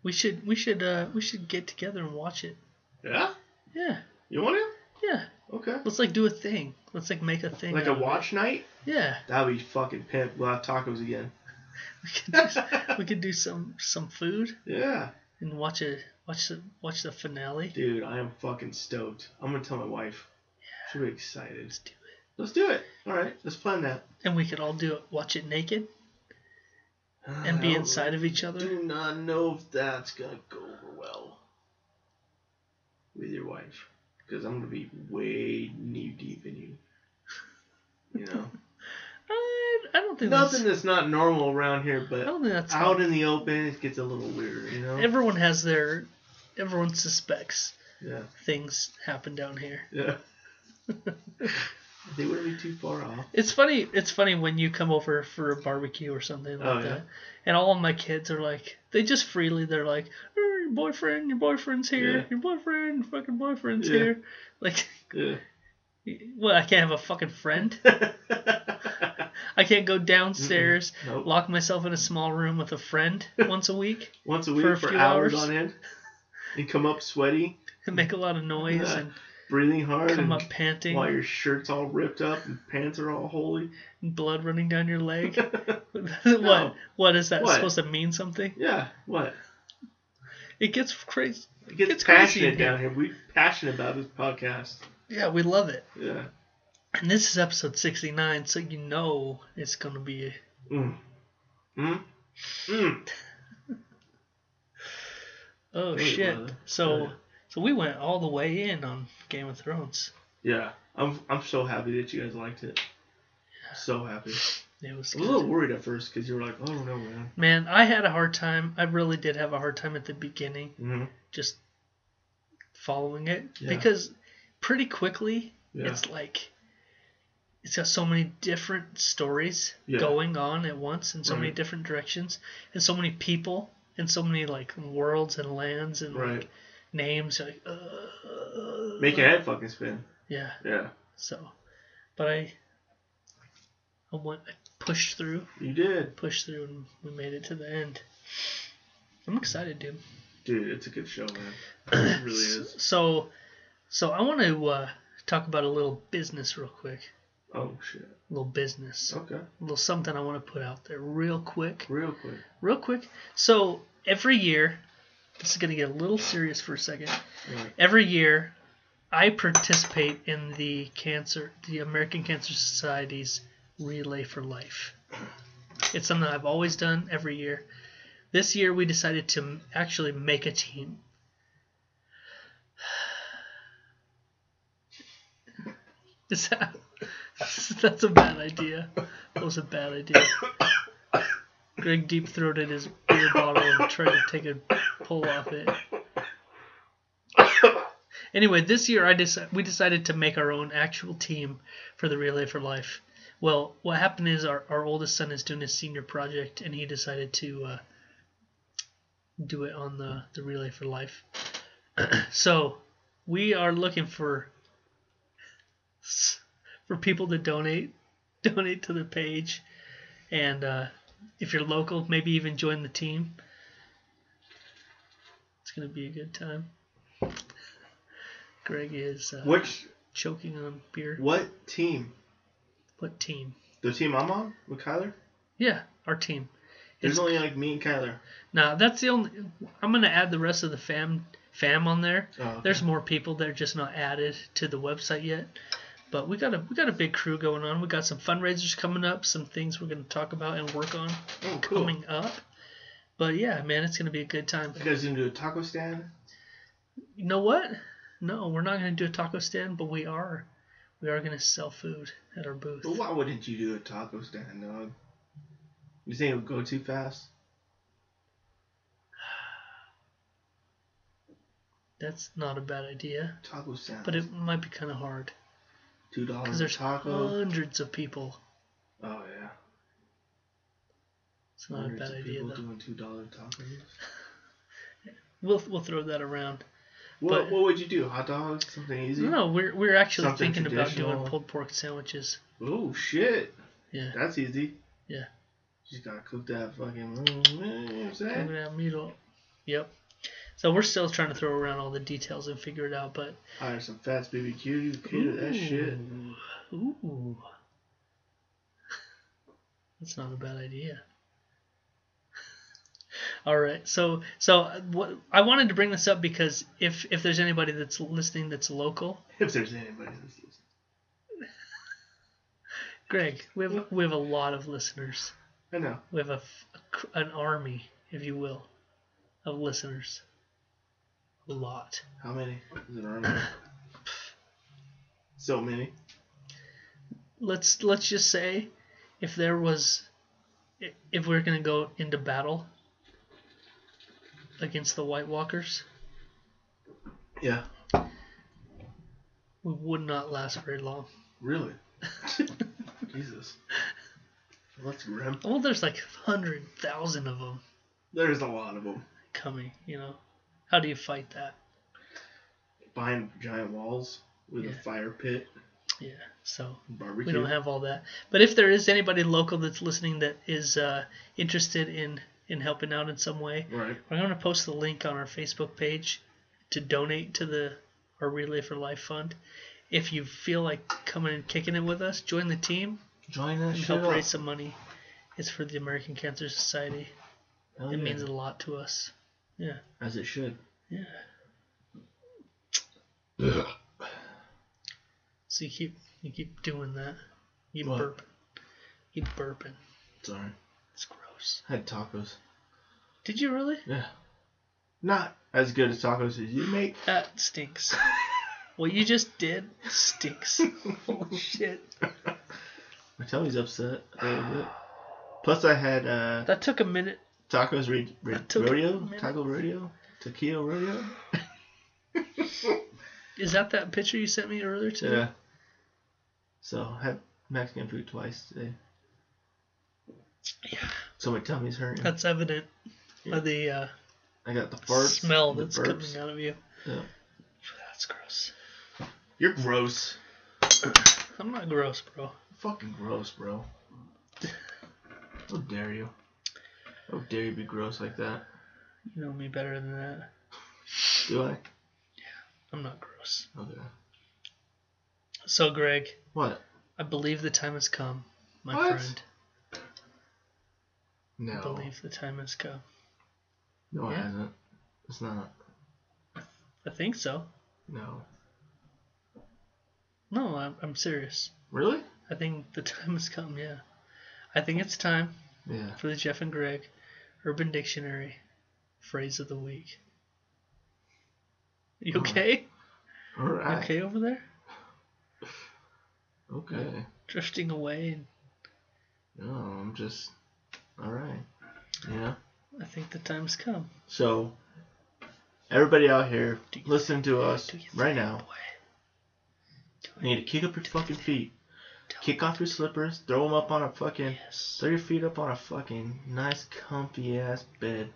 Speaker 2: We should we should uh we should get together and watch it.
Speaker 1: Yeah.
Speaker 2: Yeah.
Speaker 1: You want it?
Speaker 2: Yeah.
Speaker 1: Okay.
Speaker 2: Let's like do a thing. Let's like make a thing.
Speaker 1: Like
Speaker 2: out
Speaker 1: a
Speaker 2: of it.
Speaker 1: watch night?
Speaker 2: Yeah.
Speaker 1: That'd be fucking pimp. We'll have tacos again.
Speaker 2: We could do, we could do some some food
Speaker 1: yeah.
Speaker 2: and watch a watch the watch the finale.
Speaker 1: Dude, I am fucking stoked. I'm gonna tell my wife. She'll be excited.
Speaker 2: Let's do it.
Speaker 1: Let's do it. All right. Let's plan that.
Speaker 2: And we could all do it watch it naked and
Speaker 1: I
Speaker 2: be
Speaker 1: don't-
Speaker 2: inside of each other.
Speaker 1: Do not know if that's gonna go over well with your wife, because I'm gonna be way knee deep in you. You know,
Speaker 2: I, I don't think
Speaker 1: nothing
Speaker 2: that's
Speaker 1: that's not normal around here,
Speaker 2: I
Speaker 1: but
Speaker 2: don't think that's
Speaker 1: out in the open it gets a little weird. You know.
Speaker 2: everyone has their everyone suspects
Speaker 1: Yeah.
Speaker 2: things happen down here.
Speaker 1: Yeah. they wouldn't be too far off.
Speaker 2: It's funny. It's funny when you come over for a barbecue or something like
Speaker 1: Oh, yeah.
Speaker 2: that, and all of my kids are like, they just freely, they're like, "Oh, your boyfriend, your boyfriend's here,
Speaker 1: Yeah.
Speaker 2: your boyfriend, your fucking boyfriend's
Speaker 1: Yeah.
Speaker 2: here. Like,
Speaker 1: Yeah.
Speaker 2: well, I can't have a fucking friend. I can't go downstairs,
Speaker 1: nope.
Speaker 2: lock myself in a small room with a friend once a week,
Speaker 1: Once a week
Speaker 2: For
Speaker 1: for,
Speaker 2: a few
Speaker 1: hours.
Speaker 2: hours.
Speaker 1: on end, and come up sweaty,
Speaker 2: and make a lot of noise
Speaker 1: Yeah.
Speaker 2: and
Speaker 1: breathing hard, and
Speaker 2: come up panting,
Speaker 1: while your shirt's all ripped up and pants are all holy.
Speaker 2: and blood running down your leg. what?
Speaker 1: No.
Speaker 2: What is that
Speaker 1: What?
Speaker 2: supposed to mean? Something?
Speaker 1: Yeah. What?
Speaker 2: It gets crazy.
Speaker 1: It gets
Speaker 2: It's crazy in
Speaker 1: passionate down here. We're passionate about this podcast.
Speaker 2: Yeah, we love it.
Speaker 1: Yeah.
Speaker 2: And this is episode 69, so you know it's going to be.
Speaker 1: Mm. Mm. Mm.
Speaker 2: Oh,
Speaker 1: Really
Speaker 2: shit.
Speaker 1: love it.
Speaker 2: So
Speaker 1: Yeah.
Speaker 2: so we went all the way in on Game of Thrones.
Speaker 1: Yeah. I'm I'm so happy that you guys liked it. So happy.
Speaker 2: It was
Speaker 1: I was a little worried at first because you were like, oh no, man.
Speaker 2: man. I had a hard time. I really did have a hard time at the beginning.
Speaker 1: Mm-hmm.
Speaker 2: just following it
Speaker 1: Yeah.
Speaker 2: because pretty quickly
Speaker 1: Yeah.
Speaker 2: it's like it's got so many different stories
Speaker 1: Yeah.
Speaker 2: going on at once in so many
Speaker 1: Right.
Speaker 2: different directions and so many people and so many like worlds and lands and
Speaker 1: Right.
Speaker 2: like names like uh,
Speaker 1: Make your head fucking spin.
Speaker 2: yeah
Speaker 1: Yeah.
Speaker 2: so but I I went I pushed through
Speaker 1: You did.
Speaker 2: pushed through and we made it to the end I'm excited dude
Speaker 1: Dude, it's a good show, man. It really is.
Speaker 2: So, so I want to uh, talk about a little business real quick.
Speaker 1: Oh shit.
Speaker 2: A little business,
Speaker 1: Okay.
Speaker 2: a little something I want to put out there real quick,
Speaker 1: Real quick.
Speaker 2: real quick. So every year, this is gonna get a little serious for a second.
Speaker 1: Right.
Speaker 2: Every year, I participate in the cancer, the American Cancer Society's Relay for Life. It's something I've always done every year. This year, we decided to m- actually make a team. Is that, that's a bad idea. That was a bad idea. Greg deep throated his beer bottle and tried to take a pull off it. Anyway, this year I deci- we decided to make our own actual team for the Relay for Life. Well, what happened is our, our oldest son is doing his senior project, and he decided to uh, do it on the, the Relay for Life. so we are looking for for people to donate donate to the page, and uh, if you're local, maybe even join the team. It's gonna be a good time. Greg is uh,
Speaker 1: Which
Speaker 2: choking on beer.
Speaker 1: what team?
Speaker 2: What team?
Speaker 1: The team I'm on with Kyler?
Speaker 2: Yeah, our team.
Speaker 1: There's
Speaker 2: It's-
Speaker 1: only like me and Kyler.
Speaker 2: Now that's the only. I'm gonna add the rest of the fam fam on there.
Speaker 1: Oh, okay.
Speaker 2: There's more people that are just not added to the website yet. But we got a we got a big crew going on. We got some fundraisers coming up, some things we're gonna talk about and work on
Speaker 1: oh, cool.
Speaker 2: coming up. But yeah, man, it's gonna be a good time.
Speaker 1: You guys gonna do a taco stand?
Speaker 2: You know what? No, we're not gonna do a taco stand, but we are we are gonna sell food at our booth.
Speaker 1: But why wouldn't you do a taco stand, dog? You think it would go too fast?
Speaker 2: That's not a bad idea,
Speaker 1: Taco stand.
Speaker 2: but it might be kind of hard
Speaker 1: two
Speaker 2: because
Speaker 1: dollars a
Speaker 2: there's
Speaker 1: taco.
Speaker 2: hundreds of people.
Speaker 1: oh yeah.
Speaker 2: It's not
Speaker 1: Hundreds
Speaker 2: a bad
Speaker 1: of
Speaker 2: idea
Speaker 1: people
Speaker 2: though.
Speaker 1: doing two dollar tacos.
Speaker 2: We'll we'll throw that around.
Speaker 1: What
Speaker 2: But-
Speaker 1: what would you do? Hot dogs? Something easy?
Speaker 2: No, we're we're actually
Speaker 1: Something
Speaker 2: thinking about doing
Speaker 1: traditional.
Speaker 2: pulled pork sandwiches.
Speaker 1: Oh shit.
Speaker 2: Yeah.
Speaker 1: That's easy.
Speaker 2: Yeah.
Speaker 1: You just gotta cook that fucking. You know what I'm
Speaker 2: Look at
Speaker 1: saying?
Speaker 2: that meat all- Yep. So we're still trying to throw around all the details and figure it out, but
Speaker 1: Hire some fast BBQ. You cater that shit.
Speaker 2: Ooh. Ooh. That's not a bad idea. All right. So so uh, what I wanted to bring this up because if if there's anybody that's listening that's local,
Speaker 1: If there's anybody that's listening.
Speaker 2: Greg, we have we have a lot of listeners.
Speaker 1: I know.
Speaker 2: We have a, f- a cr- an army, if you will, of listeners. A lot.
Speaker 1: How many? Is it around? so many.
Speaker 2: Let's let's just say, if there was, i- if we're gonna go into battle against the White Walkers,
Speaker 1: Yeah.
Speaker 2: we would not last very long.
Speaker 1: Really? Jesus. That's grim.
Speaker 2: Well, there's like hundred thousand of them
Speaker 1: There's a lot of them
Speaker 2: coming. You know, how do you fight that?
Speaker 1: behind giant walls with a
Speaker 2: Yeah.
Speaker 1: fire pit,
Speaker 2: Yeah. So
Speaker 1: and barbecue.
Speaker 2: we don't have all that. But if there is anybody local that's listening that is uh, interested in in helping out in some way,
Speaker 1: right.
Speaker 2: I'm going to post the link on our Facebook page to donate to the our Relay for Life Fund. If you feel like coming and kicking it with us, join the team
Speaker 1: Join that
Speaker 2: and
Speaker 1: shit
Speaker 2: help
Speaker 1: up.
Speaker 2: raise some money. It's for the American Cancer Society.
Speaker 1: Hell
Speaker 2: It
Speaker 1: Oh, yeah.
Speaker 2: means a lot to us. Yeah,
Speaker 1: As it should.
Speaker 2: yeah. So you keep you keep doing that. You
Speaker 1: What?
Speaker 2: burp. You burping.
Speaker 1: Sorry.
Speaker 2: It's gross.
Speaker 1: I had tacos.
Speaker 2: Did you really?
Speaker 1: Yeah. Not as good as tacos as you make.
Speaker 2: That stinks. what you just did stinks. Holy shit.
Speaker 1: My tummy's upset a little bit. Plus, I had uh,
Speaker 2: That took a minute.
Speaker 1: tacos re- re-
Speaker 2: That took a
Speaker 1: rodeo,
Speaker 2: minute.
Speaker 1: taco rodeo, taquito rodeo.
Speaker 2: Is that that picture you sent me earlier today?
Speaker 1: Yeah. So I had Mexican food twice today.
Speaker 2: Yeah.
Speaker 1: So my tummy's hurting.
Speaker 2: That's evident by the uh,
Speaker 1: I got the farts.
Speaker 2: smell
Speaker 1: and the
Speaker 2: that's
Speaker 1: burps.
Speaker 2: coming out of you.
Speaker 1: Yeah.
Speaker 2: That's gross.
Speaker 1: You're gross.
Speaker 2: I'm not gross, bro.
Speaker 1: Fucking gross, bro. How dare you? How dare you be gross like that?
Speaker 2: You know me better than that.
Speaker 1: Do I?
Speaker 2: I'm not gross.
Speaker 1: Okay.
Speaker 2: So, Greg,
Speaker 1: What?
Speaker 2: I believe the time has come, my
Speaker 1: What?
Speaker 2: friend. I
Speaker 1: No.
Speaker 2: believe the time has come.
Speaker 1: No, it
Speaker 2: Yeah.
Speaker 1: hasn't. It's not.
Speaker 2: I think so.
Speaker 1: No.
Speaker 2: No, I'm, I'm serious.
Speaker 1: Really?
Speaker 2: I think the time has come, yeah. I think it's time
Speaker 1: Yeah.
Speaker 2: for the Jeff and Greg Urban Dictionary phrase of the week. You
Speaker 1: Oh,
Speaker 2: okay?
Speaker 1: All
Speaker 2: You
Speaker 1: right.
Speaker 2: okay over there?
Speaker 1: Okay.
Speaker 2: Drifting away. And
Speaker 1: No, I'm just. All right. Yeah.
Speaker 2: I think the time's come.
Speaker 1: So, everybody out here,
Speaker 2: Do you-
Speaker 1: listen to us
Speaker 2: do you
Speaker 1: right
Speaker 2: think,
Speaker 1: now.
Speaker 2: boy?
Speaker 1: You need to kick up your fucking feet. Kick off your slippers. Throw them up on a fucking.
Speaker 2: Yes.
Speaker 1: Throw your feet up on a fucking nice, comfy ass bed.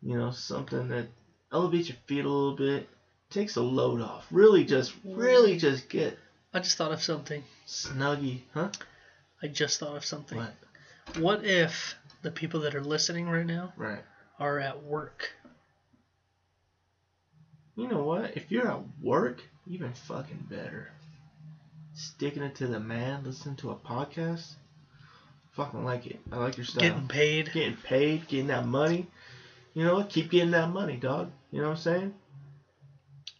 Speaker 1: You know, something that elevates your feet a little bit. Takes the load off. Really just, really just get
Speaker 2: I just thought of something.
Speaker 1: snuggy, huh?
Speaker 2: I just thought of something.
Speaker 1: What?
Speaker 2: What if the people that are listening right now
Speaker 1: Right.
Speaker 2: are at work?
Speaker 1: You know what? If you're at work, even fucking better. Sticking it to the man, listening to a podcast. Fucking like it. I like your style.
Speaker 2: Getting paid?
Speaker 1: Getting paid, getting that money. You know what? Keep getting that money, dog. You know what I'm saying?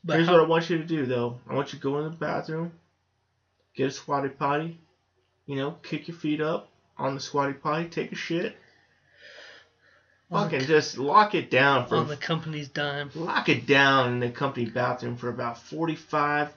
Speaker 2: But
Speaker 1: Here's
Speaker 2: how-
Speaker 1: what I want you to do, though. I want you to go in the bathroom, get a squatty potty, you know, kick your feet up on the squatty potty, take a shit.
Speaker 2: on the
Speaker 1: Fucking just lock it down for
Speaker 2: on the company's dime.
Speaker 1: lock it down in the company bathroom for about 45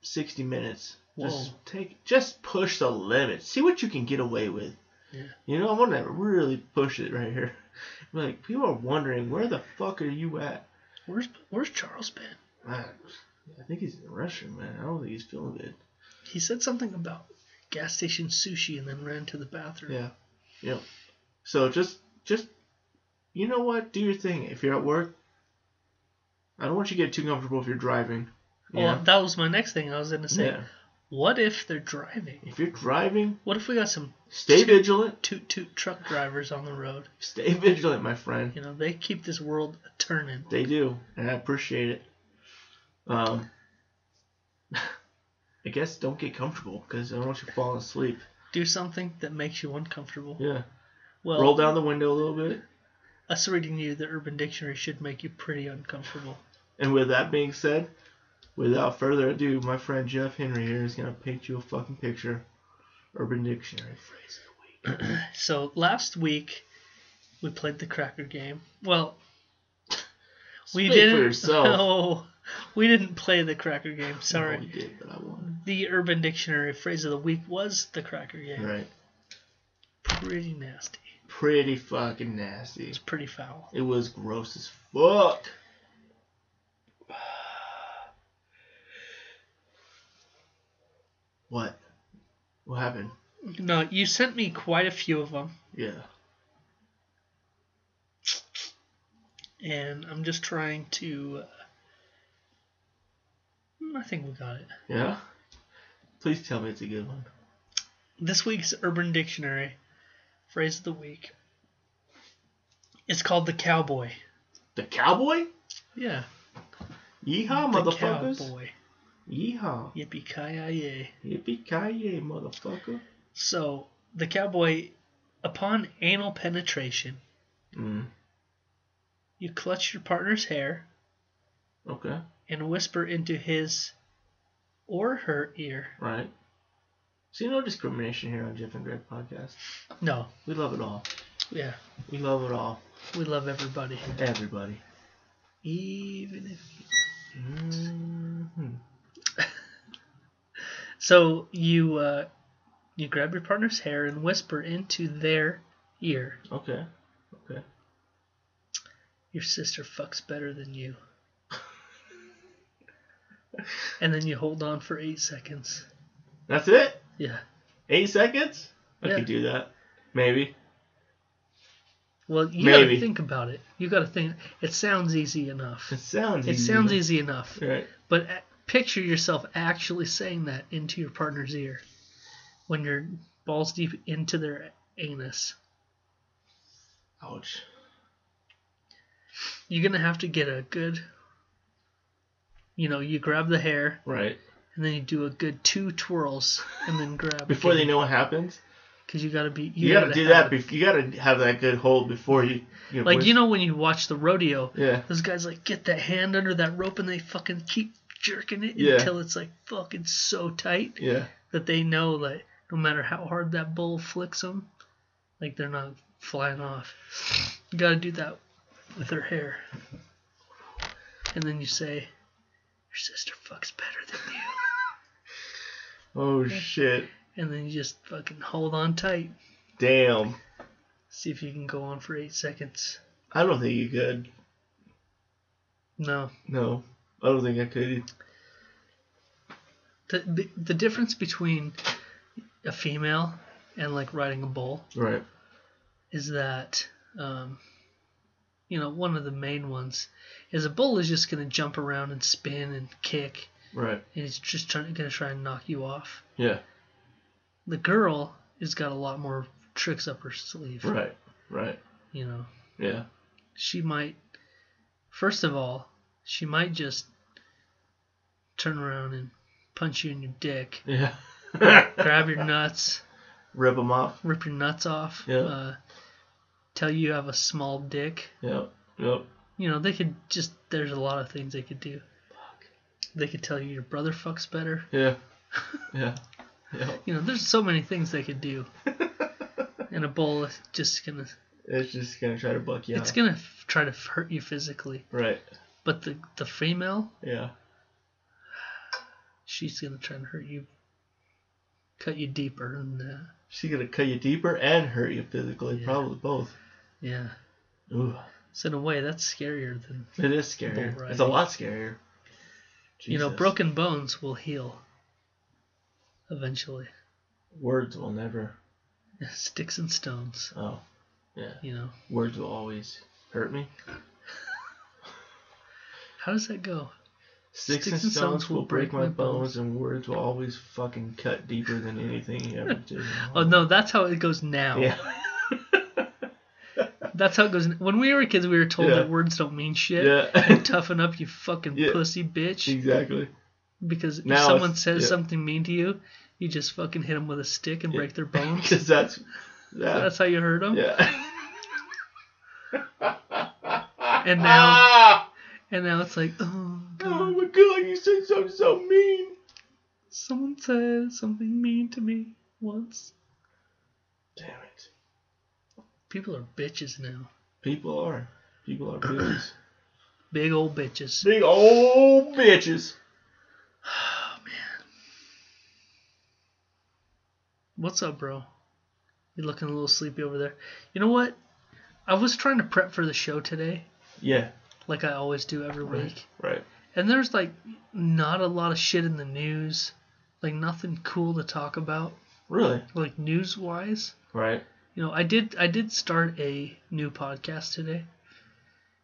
Speaker 1: 60 minutes just
Speaker 2: Whoa.
Speaker 1: take just push the limit see what you can get away with
Speaker 2: Yeah.
Speaker 1: you know i want to really push it right here like people are wondering where the fuck are you at
Speaker 2: Where's Where's Charles been?
Speaker 1: i, I think he's in the restroom man i don't think he's feeling good
Speaker 2: He said something about gas station sushi and then ran to the bathroom.
Speaker 1: yeah yeah so just just you know what do your thing if you're at work i don't want you to get too comfortable if you're driving
Speaker 2: Well,
Speaker 1: yeah
Speaker 2: that was my next thing I was gonna say.
Speaker 1: yeah
Speaker 2: What if they're driving?
Speaker 1: if you're driving
Speaker 2: What if we got some
Speaker 1: stay vigilant
Speaker 2: toot toot truck drivers on the road?
Speaker 1: Stay vigilant, my friend.
Speaker 2: You know, they keep this world a turning.
Speaker 1: They do, and I appreciate it. Um, I guess don't get comfortable because I don't want you falling asleep.
Speaker 2: Do something that makes you uncomfortable.
Speaker 1: Yeah.
Speaker 2: Well,
Speaker 1: Roll down the window a little bit.
Speaker 2: us reading you the Urban Dictionary should make you pretty uncomfortable.
Speaker 1: And with that being said, without further ado, my friend Jeff Henry here is gonna paint you a fucking picture. Urban Dictionary phrase of the week.
Speaker 2: So last week we played the cracker game. Well, we
Speaker 1: Speak
Speaker 2: didn't.
Speaker 1: for yourself.
Speaker 2: No, we didn't play the cracker game.
Speaker 1: No, we
Speaker 2: Oh, Sorry.
Speaker 1: did, but I won.
Speaker 2: The Urban Dictionary phrase of the week was the cracker game.
Speaker 1: Right.
Speaker 2: Pretty nasty.
Speaker 1: Pretty fucking nasty.
Speaker 2: It's pretty foul.
Speaker 1: It was gross as fuck. What? What happened?
Speaker 2: No, you sent me quite a few of them,
Speaker 1: Yeah.
Speaker 2: and I'm just trying to. Uh, I think we got it.
Speaker 1: Yeah? Please tell me it's a good one.
Speaker 2: This week's Urban Dictionary phrase of the week. It's called the cowboy.
Speaker 1: The cowboy?
Speaker 2: Yeah.
Speaker 1: Yeehaw,
Speaker 2: the
Speaker 1: motherfuckers.
Speaker 2: cowboy.
Speaker 1: Yeehaw.
Speaker 2: Yippee ki yay.
Speaker 1: Yippee ki yay, motherfucker.
Speaker 2: So the cowboy, upon anal penetration,
Speaker 1: Mm.
Speaker 2: you clutch your partner's hair
Speaker 1: Okay.
Speaker 2: and whisper into his or her ear.
Speaker 1: Right. See, no discrimination here on Jeff and Greg podcast.
Speaker 2: No.
Speaker 1: We love it all.
Speaker 2: Yeah.
Speaker 1: We love it all.
Speaker 2: We love everybody.
Speaker 1: Everybody.
Speaker 2: Even if.
Speaker 1: hmm
Speaker 2: So you uh, You grab your partner's hair and whisper into their ear.
Speaker 1: Okay. Okay.
Speaker 2: Your sister fucks better than you. and then you hold on for eight seconds.
Speaker 1: That's it?
Speaker 2: Yeah.
Speaker 1: Eight seconds? I
Speaker 2: Yeah.
Speaker 1: could do that. Maybe.
Speaker 2: Well, you
Speaker 1: Maybe.
Speaker 2: gotta think about it. You gotta think. It sounds easy enough.
Speaker 1: It sounds
Speaker 2: It
Speaker 1: easy.
Speaker 2: sounds easy enough.
Speaker 1: Right.
Speaker 2: But a- picture yourself actually saying that into your partner's ear when you're balls deep into their anus.
Speaker 1: Ouch.
Speaker 2: You're gonna have to get a good, you know, you grab the hair
Speaker 1: Right.
Speaker 2: and then you do a good two twirls and then grab
Speaker 1: Before they know what happens,
Speaker 2: because you gotta be
Speaker 1: you, gotta, do that.
Speaker 2: have
Speaker 1: Bef- you gotta have that good hold before you. you
Speaker 2: it. like you know when you watch the rodeo,
Speaker 1: Yeah.
Speaker 2: those guys like get that hand under that rope and they fucking keep jerking it
Speaker 1: Yeah.
Speaker 2: until it's like fucking so tight.
Speaker 1: Yeah.
Speaker 2: that they know that no matter how hard that bull flicks them, like they're not flying off. You gotta do that with her hair. And then you say, Your sister fucks better than you.
Speaker 1: Oh shit.
Speaker 2: And then you just fucking hold on tight.
Speaker 1: Damn.
Speaker 2: See if you can go on for eight seconds.
Speaker 1: I don't think you could.
Speaker 2: No.
Speaker 1: No. I don't think I could. e-,
Speaker 2: The, the, the difference between a female and like riding a bull
Speaker 1: Right.
Speaker 2: is that um, you know one of the main ones is a bull is just going to jump around and spin and kick
Speaker 1: Right.
Speaker 2: and he's just trying going to try and knock you off
Speaker 1: Yeah.
Speaker 2: the girl has got a lot more tricks up her sleeve
Speaker 1: Right. Right.
Speaker 2: you know
Speaker 1: Yeah.
Speaker 2: she might first of all she might just turn around and punch you in your dick
Speaker 1: Yeah.
Speaker 2: grab your nuts
Speaker 1: Rip them off.
Speaker 2: rip your nuts off
Speaker 1: Yeah.
Speaker 2: uh, tell you you have a small dick
Speaker 1: Yep. Yep.
Speaker 2: you know, they could just there's a lot of things they could do. They could tell you your brother fucks better.
Speaker 1: Yeah. Yeah. Yep.
Speaker 2: You know, there's so many things they could do. and a bull is just gonna
Speaker 1: It's just gonna try to buck you
Speaker 2: it's
Speaker 1: out.
Speaker 2: gonna f- try to hurt you physically.
Speaker 1: Right.
Speaker 2: But the the female,
Speaker 1: Yeah.
Speaker 2: she's gonna try and hurt you, cut you deeper, and uh,
Speaker 1: She's gonna cut you deeper and hurt you physically,
Speaker 2: Yeah.
Speaker 1: probably both.
Speaker 2: yeah.
Speaker 1: Ooh,
Speaker 2: So in a way, that's scarier than
Speaker 1: it is scary.
Speaker 2: Bull
Speaker 1: It's a
Speaker 2: riding.
Speaker 1: lot scarier.
Speaker 2: you know.
Speaker 1: Jesus.
Speaker 2: Broken bones will heal. Eventually,
Speaker 1: words will never.
Speaker 2: sticks and stones.
Speaker 1: Oh, yeah.
Speaker 2: You know,
Speaker 1: Words will always hurt me.
Speaker 2: how does that go?
Speaker 1: Sticks,
Speaker 2: Sticks
Speaker 1: and stones will break my bones, and words will always fucking cut deeper than anything you ever did.
Speaker 2: Oh no, that's how it goes now.
Speaker 1: Yeah.
Speaker 2: That's how it goes. When we were kids, we were told
Speaker 1: Yeah.
Speaker 2: that words don't mean shit.
Speaker 1: Yeah.
Speaker 2: Toughen up, you fucking
Speaker 1: Yeah.
Speaker 2: pussy bitch.
Speaker 1: exactly.
Speaker 2: Because if
Speaker 1: Now it's-
Speaker 2: someone says
Speaker 1: yeah.
Speaker 2: something mean to you, you just fucking hit them with a stick and
Speaker 1: Yeah.
Speaker 2: break their bones.
Speaker 1: Because that's. That,
Speaker 2: That's how you hurt them.
Speaker 1: yeah.
Speaker 2: And now, and now it's like,
Speaker 1: Oh
Speaker 2: oh, God,
Speaker 1: my god, you said something so mean.
Speaker 2: someone said something mean to me once.
Speaker 1: Damn it.
Speaker 2: People are bitches now.
Speaker 1: People are. People are bitches.
Speaker 2: Big old bitches.
Speaker 1: Big old bitches.
Speaker 2: Oh man. What's up, bro? You're looking a little sleepy over there. You know what? I was trying to prep for the show today,
Speaker 1: Yeah.
Speaker 2: like I always do every week.
Speaker 1: Right.
Speaker 2: And there's like not a lot of shit in the news. Like nothing cool to talk about,
Speaker 1: Really?
Speaker 2: like news wise.
Speaker 1: Right.
Speaker 2: You know, I did I did start a new podcast today.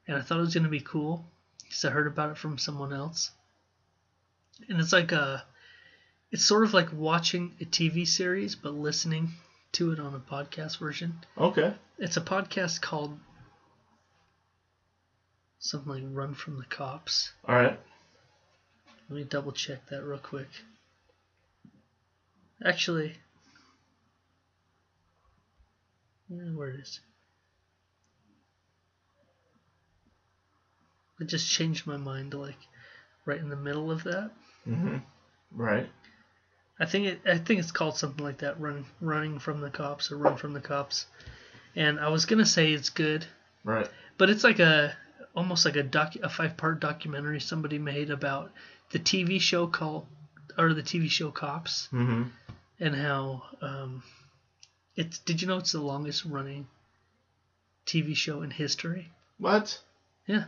Speaker 2: And I thought it was going to be cool cuz I heard about it from someone else. And it's like a it's sort of like watching a TV series but listening to it on a podcast version.
Speaker 1: Okay.
Speaker 2: It's a podcast called something like Run from the Cops.
Speaker 1: All right.
Speaker 2: Let me double check that real quick. Actually, yeah, where it is. I just changed my mind to like right in the middle of that.
Speaker 1: Mm-hmm. Right.
Speaker 2: I think it, I think it's called something like that. Run, running from the cops or run from the cops. And I was gonna say it's good,
Speaker 1: Right.
Speaker 2: but it's like a almost like a doc a five part documentary somebody made about the TV show called or the TV show Cops
Speaker 1: Mm-hmm.
Speaker 2: and how um, it's. Did you know it's the longest running TV show in history?
Speaker 1: What?
Speaker 2: Yeah,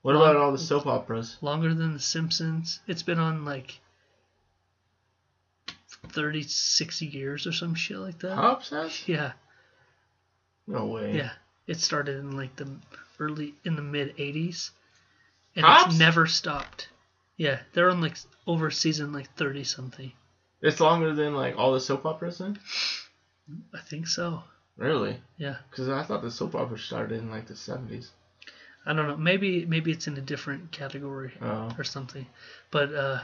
Speaker 1: What about all the soap operas?
Speaker 2: longer than The Simpsons. It's been on like 30, 60 years or some shit like that.
Speaker 1: How obsessed?
Speaker 2: Yeah,
Speaker 1: No way.
Speaker 2: yeah. It started in like the early in the mid '80s, and
Speaker 1: Hops?
Speaker 2: it's never stopped. Yeah, they're on like over season like 30 something.
Speaker 1: It's longer than like all the soap operas then?
Speaker 2: I think so.
Speaker 1: Really?
Speaker 2: Yeah.
Speaker 1: Because I thought the soap opera started in like the 70s.
Speaker 2: I don't know. Maybe maybe it's in a different category
Speaker 1: Oh,
Speaker 2: or something. But uh,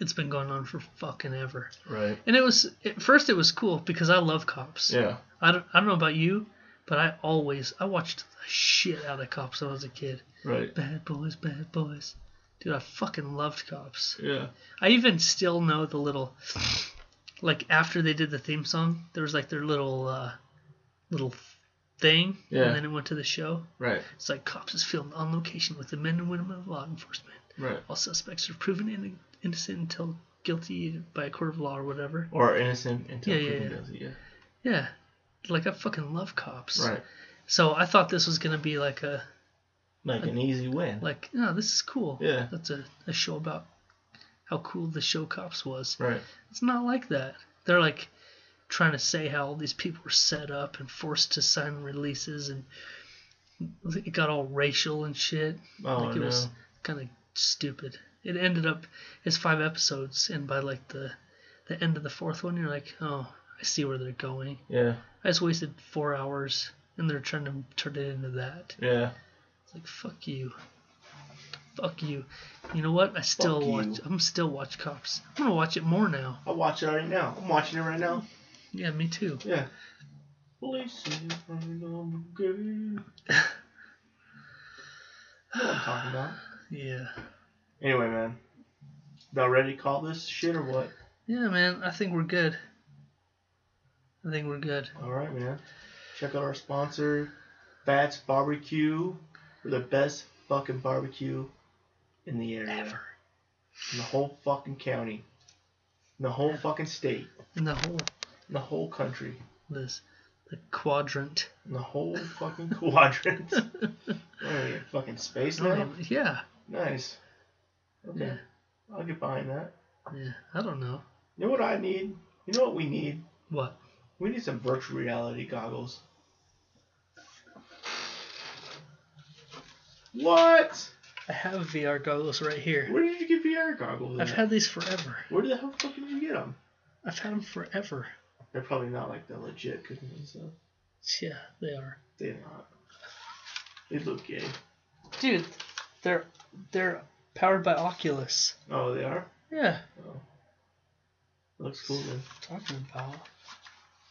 Speaker 2: it's been going on for fucking ever.
Speaker 1: right.
Speaker 2: And it was at first it was cool because I love cops.
Speaker 1: Yeah.
Speaker 2: I don't I don't know about you, but I always I watched the shit out of cops when I was a kid.
Speaker 1: Right.
Speaker 2: Bad boys, bad boys. Dude, I fucking loved cops.
Speaker 1: Yeah.
Speaker 2: I even still know the little like after they did the theme song, there was like their little uh, little thing
Speaker 1: Yeah.
Speaker 2: and then it went to the show.
Speaker 1: Right.
Speaker 2: It's like cops is filmed on location with the men and women of law enforcement.
Speaker 1: Right.
Speaker 2: All suspects are proven in- innocent until guilty by a court of law or whatever.
Speaker 1: Or innocent until
Speaker 2: Yeah, yeah,
Speaker 1: proven
Speaker 2: yeah.
Speaker 1: guilty. Yeah.
Speaker 2: Yeah, like I fucking love cops.
Speaker 1: Right.
Speaker 2: So I thought this was gonna be like a
Speaker 1: Like an easy win.
Speaker 2: like no, this is cool.
Speaker 1: Yeah.
Speaker 2: that's a, a show about how cool the show cops was.
Speaker 1: Right.
Speaker 2: It's not like that. They're like trying to say how all these people were set up and forced to sign releases and it got all racial and shit.
Speaker 1: Oh,
Speaker 2: like it
Speaker 1: no.
Speaker 2: was kind of stupid. It ended up as five episodes, and by like the the end of the fourth one, you're like, oh, I see where they're going.
Speaker 1: Yeah.
Speaker 2: I just wasted four hours, and they're trying to turn it into that.
Speaker 1: Yeah.
Speaker 2: It's like fuck you, fuck you. You know what? I still
Speaker 1: Fuck
Speaker 2: watch.
Speaker 1: you.
Speaker 2: I'm still watch Cops. I'm gonna watch it more now.
Speaker 1: I watch it right now. I'm watching it right now.
Speaker 2: Yeah, me too.
Speaker 1: Yeah. Police say I'm gay. You know what I'm talking about.
Speaker 2: Yeah,
Speaker 1: Anyway, man. About ready to call this shit or what?
Speaker 2: yeah, man. I think we're good. I think we're good.
Speaker 1: All right, man. Check out our sponsor, Fats Barbecue. We're the best fucking barbecue in the area,
Speaker 2: Ever
Speaker 1: in the whole fucking county, in the whole fucking state,
Speaker 2: in the whole
Speaker 1: in the whole country,
Speaker 2: this the quadrant.
Speaker 1: in the whole fucking quadrant. Hey, fucking space
Speaker 2: I
Speaker 1: now.
Speaker 2: don't know. Um, Yeah.
Speaker 1: Nice. Okay.
Speaker 2: Yeah.
Speaker 1: I'll get behind that.
Speaker 2: Yeah. I don't know.
Speaker 1: You know what I need? You know what we need?
Speaker 2: What?
Speaker 1: We need some virtual reality goggles. What?
Speaker 2: I have VR goggles right here.
Speaker 1: Where did you get VR goggles?
Speaker 2: I've
Speaker 1: at?
Speaker 2: had these forever.
Speaker 1: Where the hell fuck did you get them?
Speaker 2: I've had them forever.
Speaker 1: They're probably not like the legit companies, so
Speaker 2: Yeah, they are.
Speaker 1: they're not. They look gay.
Speaker 2: Dude, they're they're powered by Oculus.
Speaker 1: Oh, they are.
Speaker 2: Yeah.
Speaker 1: Oh, looks cool then.
Speaker 2: Talking about.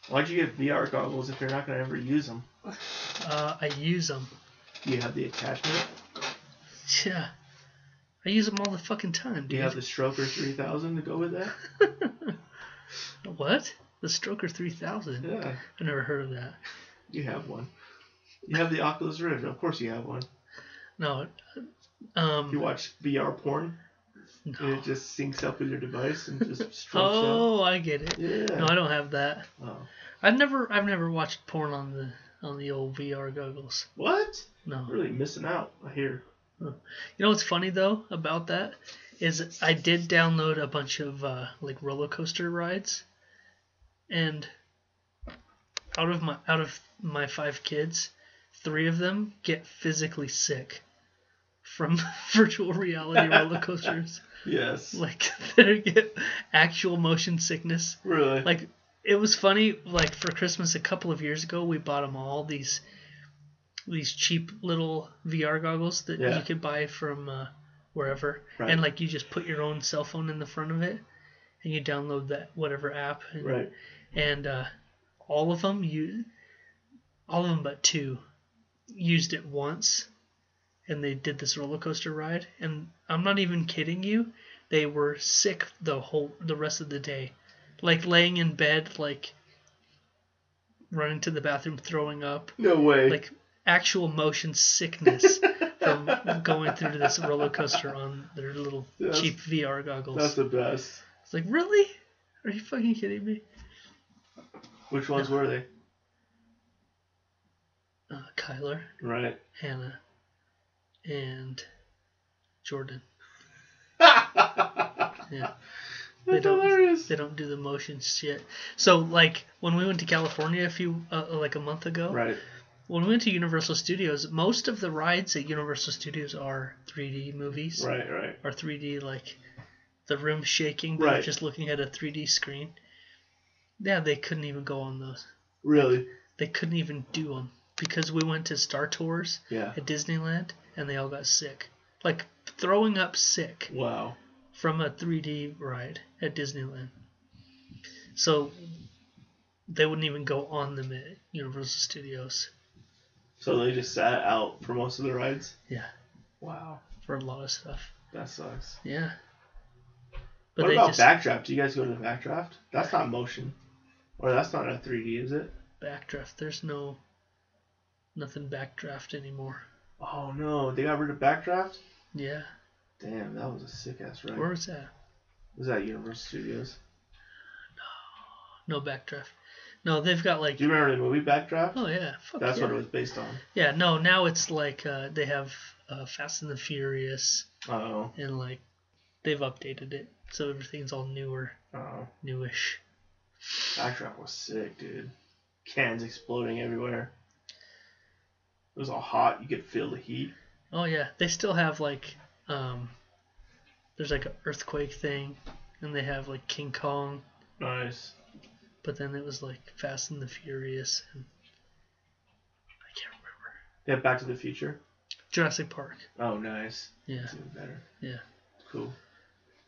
Speaker 1: Why'd you get VR goggles if you're not gonna ever use them?
Speaker 2: Uh, I use them.
Speaker 1: Do you have the attachment?
Speaker 2: Yeah. I use them all the fucking time,
Speaker 1: Do
Speaker 2: dude.
Speaker 1: you have the Stroker 3000 to go with that?
Speaker 2: what? The Stroker 3000.
Speaker 1: Yeah,
Speaker 2: I never heard of that.
Speaker 1: you have one. You have the Oculus Rift. Of course, you have one.
Speaker 2: No.
Speaker 1: You
Speaker 2: Um.
Speaker 1: watch VR porn, and
Speaker 2: No.
Speaker 1: it just syncs up with your device and just strokes out.
Speaker 2: Oh, I get it.
Speaker 1: Yeah.
Speaker 2: No, I don't have that.
Speaker 1: oh.
Speaker 2: I've never I've never watched porn on the on the old VR goggles.
Speaker 1: What?
Speaker 2: No.
Speaker 1: I'm really missing out. I hear.
Speaker 2: You know what's funny though about that is I did download a bunch of uh, like roller coaster rides, and out of my out of my five kids, three of them get physically sick from virtual reality roller coasters.
Speaker 1: Yes.
Speaker 2: Like they get actual motion sickness
Speaker 1: really.
Speaker 2: like it was funny like for christmas a couple of years ago we bought them all these these cheap little vr goggles that
Speaker 1: Yeah.
Speaker 2: you could buy from uh, wherever
Speaker 1: Right.
Speaker 2: and like you just put your own cell phone in the front of it and you download that whatever app and,
Speaker 1: right.
Speaker 2: and uh, all of them you all of them but two used it once and they did this roller coaster ride and i'm not even kidding you they were sick the whole the rest of the day like laying in bed like running to the bathroom throwing up
Speaker 1: No way.
Speaker 2: like actual motion sickness from going through this roller coaster on their little
Speaker 1: That's-
Speaker 2: cheap vr goggles
Speaker 1: That's the best.
Speaker 2: it's like really Are you fucking kidding me?
Speaker 1: Which ones were they?
Speaker 2: Uh, Kyler,
Speaker 1: Right.
Speaker 2: Hannah, and Jordan. Yeah. They
Speaker 1: That's
Speaker 2: don't-
Speaker 1: hilarious.
Speaker 2: They don't do the motion shit. So like when we went to California a few uh, like a month ago,
Speaker 1: Right.
Speaker 2: when we went to Universal Studios, most of the rides at Universal Studios are 3D movies
Speaker 1: Right. Right.
Speaker 2: or 3D like the room shaking, but you're
Speaker 1: Right.
Speaker 2: just looking at a 3D screen. Yeah, they couldn't even go on those.
Speaker 1: Really.
Speaker 2: They couldn't even do them because we went to Star Tours
Speaker 1: Yeah.
Speaker 2: at Disneyland and they all got sick, like throwing up sick
Speaker 1: Wow.
Speaker 2: from a 3D ride at Disneyland. So they wouldn't even go on them at Universal Studios.
Speaker 1: So they just sat out for most of the rides.
Speaker 2: Yeah,
Speaker 1: Wow.
Speaker 2: for a lot of stuff.
Speaker 1: That sucks.
Speaker 2: Yeah. But
Speaker 1: what
Speaker 2: they
Speaker 1: about
Speaker 2: just
Speaker 1: backdraft? Do you guys go to the backdraft? That's not motion, or that's not a 3D, is it?
Speaker 2: backdraft. There's no nothing backdraft anymore.
Speaker 1: Oh no, they got rid of backdraft.
Speaker 2: Yeah.
Speaker 1: Damn, that was a sick ass ride.
Speaker 2: Where was that?
Speaker 1: was that Universal Studios?
Speaker 2: No backdraft. No, they've got like
Speaker 1: Do you remember the movie Backdraft?
Speaker 2: oh yeah, fuck
Speaker 1: That's
Speaker 2: yeah.
Speaker 1: what it was based on.
Speaker 2: Yeah, no, now it's like uh, they have uh, Fast and the Furious
Speaker 1: Oh,
Speaker 2: and like they've updated it so everything's all newer,
Speaker 1: oh,
Speaker 2: newish.
Speaker 1: Backdraft was sick, dude. Cans exploding everywhere. It was all hot. You could feel the heat.
Speaker 2: Oh yeah, they still have like um, there's like an earthquake thing, and they have like King Kong,
Speaker 1: Nice.
Speaker 2: but then it was like Fast and the Furious, and I can't remember
Speaker 1: They have Back to the Future.
Speaker 2: Jurassic Park.
Speaker 1: Oh, nice.
Speaker 2: Yeah,
Speaker 1: That's even better.
Speaker 2: Yeah.
Speaker 1: Cool.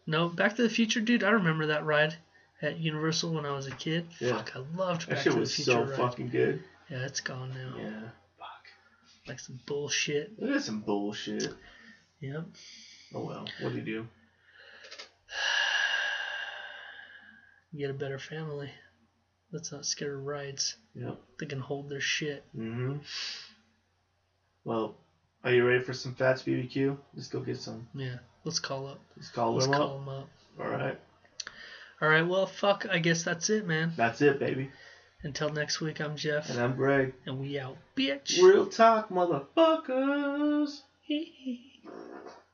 Speaker 2: no, Back to the Future, dude. I remember that ride at Universal when I was a kid.
Speaker 1: Yeah.
Speaker 2: Fuck, I loved
Speaker 1: That
Speaker 2: Back
Speaker 1: shit
Speaker 2: to the
Speaker 1: was
Speaker 2: Future
Speaker 1: so
Speaker 2: ride.
Speaker 1: fucking good.
Speaker 2: Yeah, it's gone now.
Speaker 1: Yeah. Fuck.
Speaker 2: Like some bullshit.
Speaker 1: That is some bullshit.
Speaker 2: Yep.
Speaker 1: Oh well. What do you do?
Speaker 2: You get a better family. That's not scared of rides.
Speaker 1: Yep.
Speaker 2: They can hold their shit.
Speaker 1: Mm-hmm. Well, are you ready for some Fats BBQ? Let's go get some.
Speaker 2: Yeah. Let's call up.
Speaker 1: Let's call
Speaker 2: Let's
Speaker 1: them
Speaker 2: call
Speaker 1: up.
Speaker 2: them up.
Speaker 1: All right.
Speaker 2: All right, well, fuck. I guess that's it, man.
Speaker 1: That's it, baby.
Speaker 2: Until next week, I'm Jeff,
Speaker 1: And I'm Greg.
Speaker 2: and we out, bitch.
Speaker 1: Real talk, motherfuckers.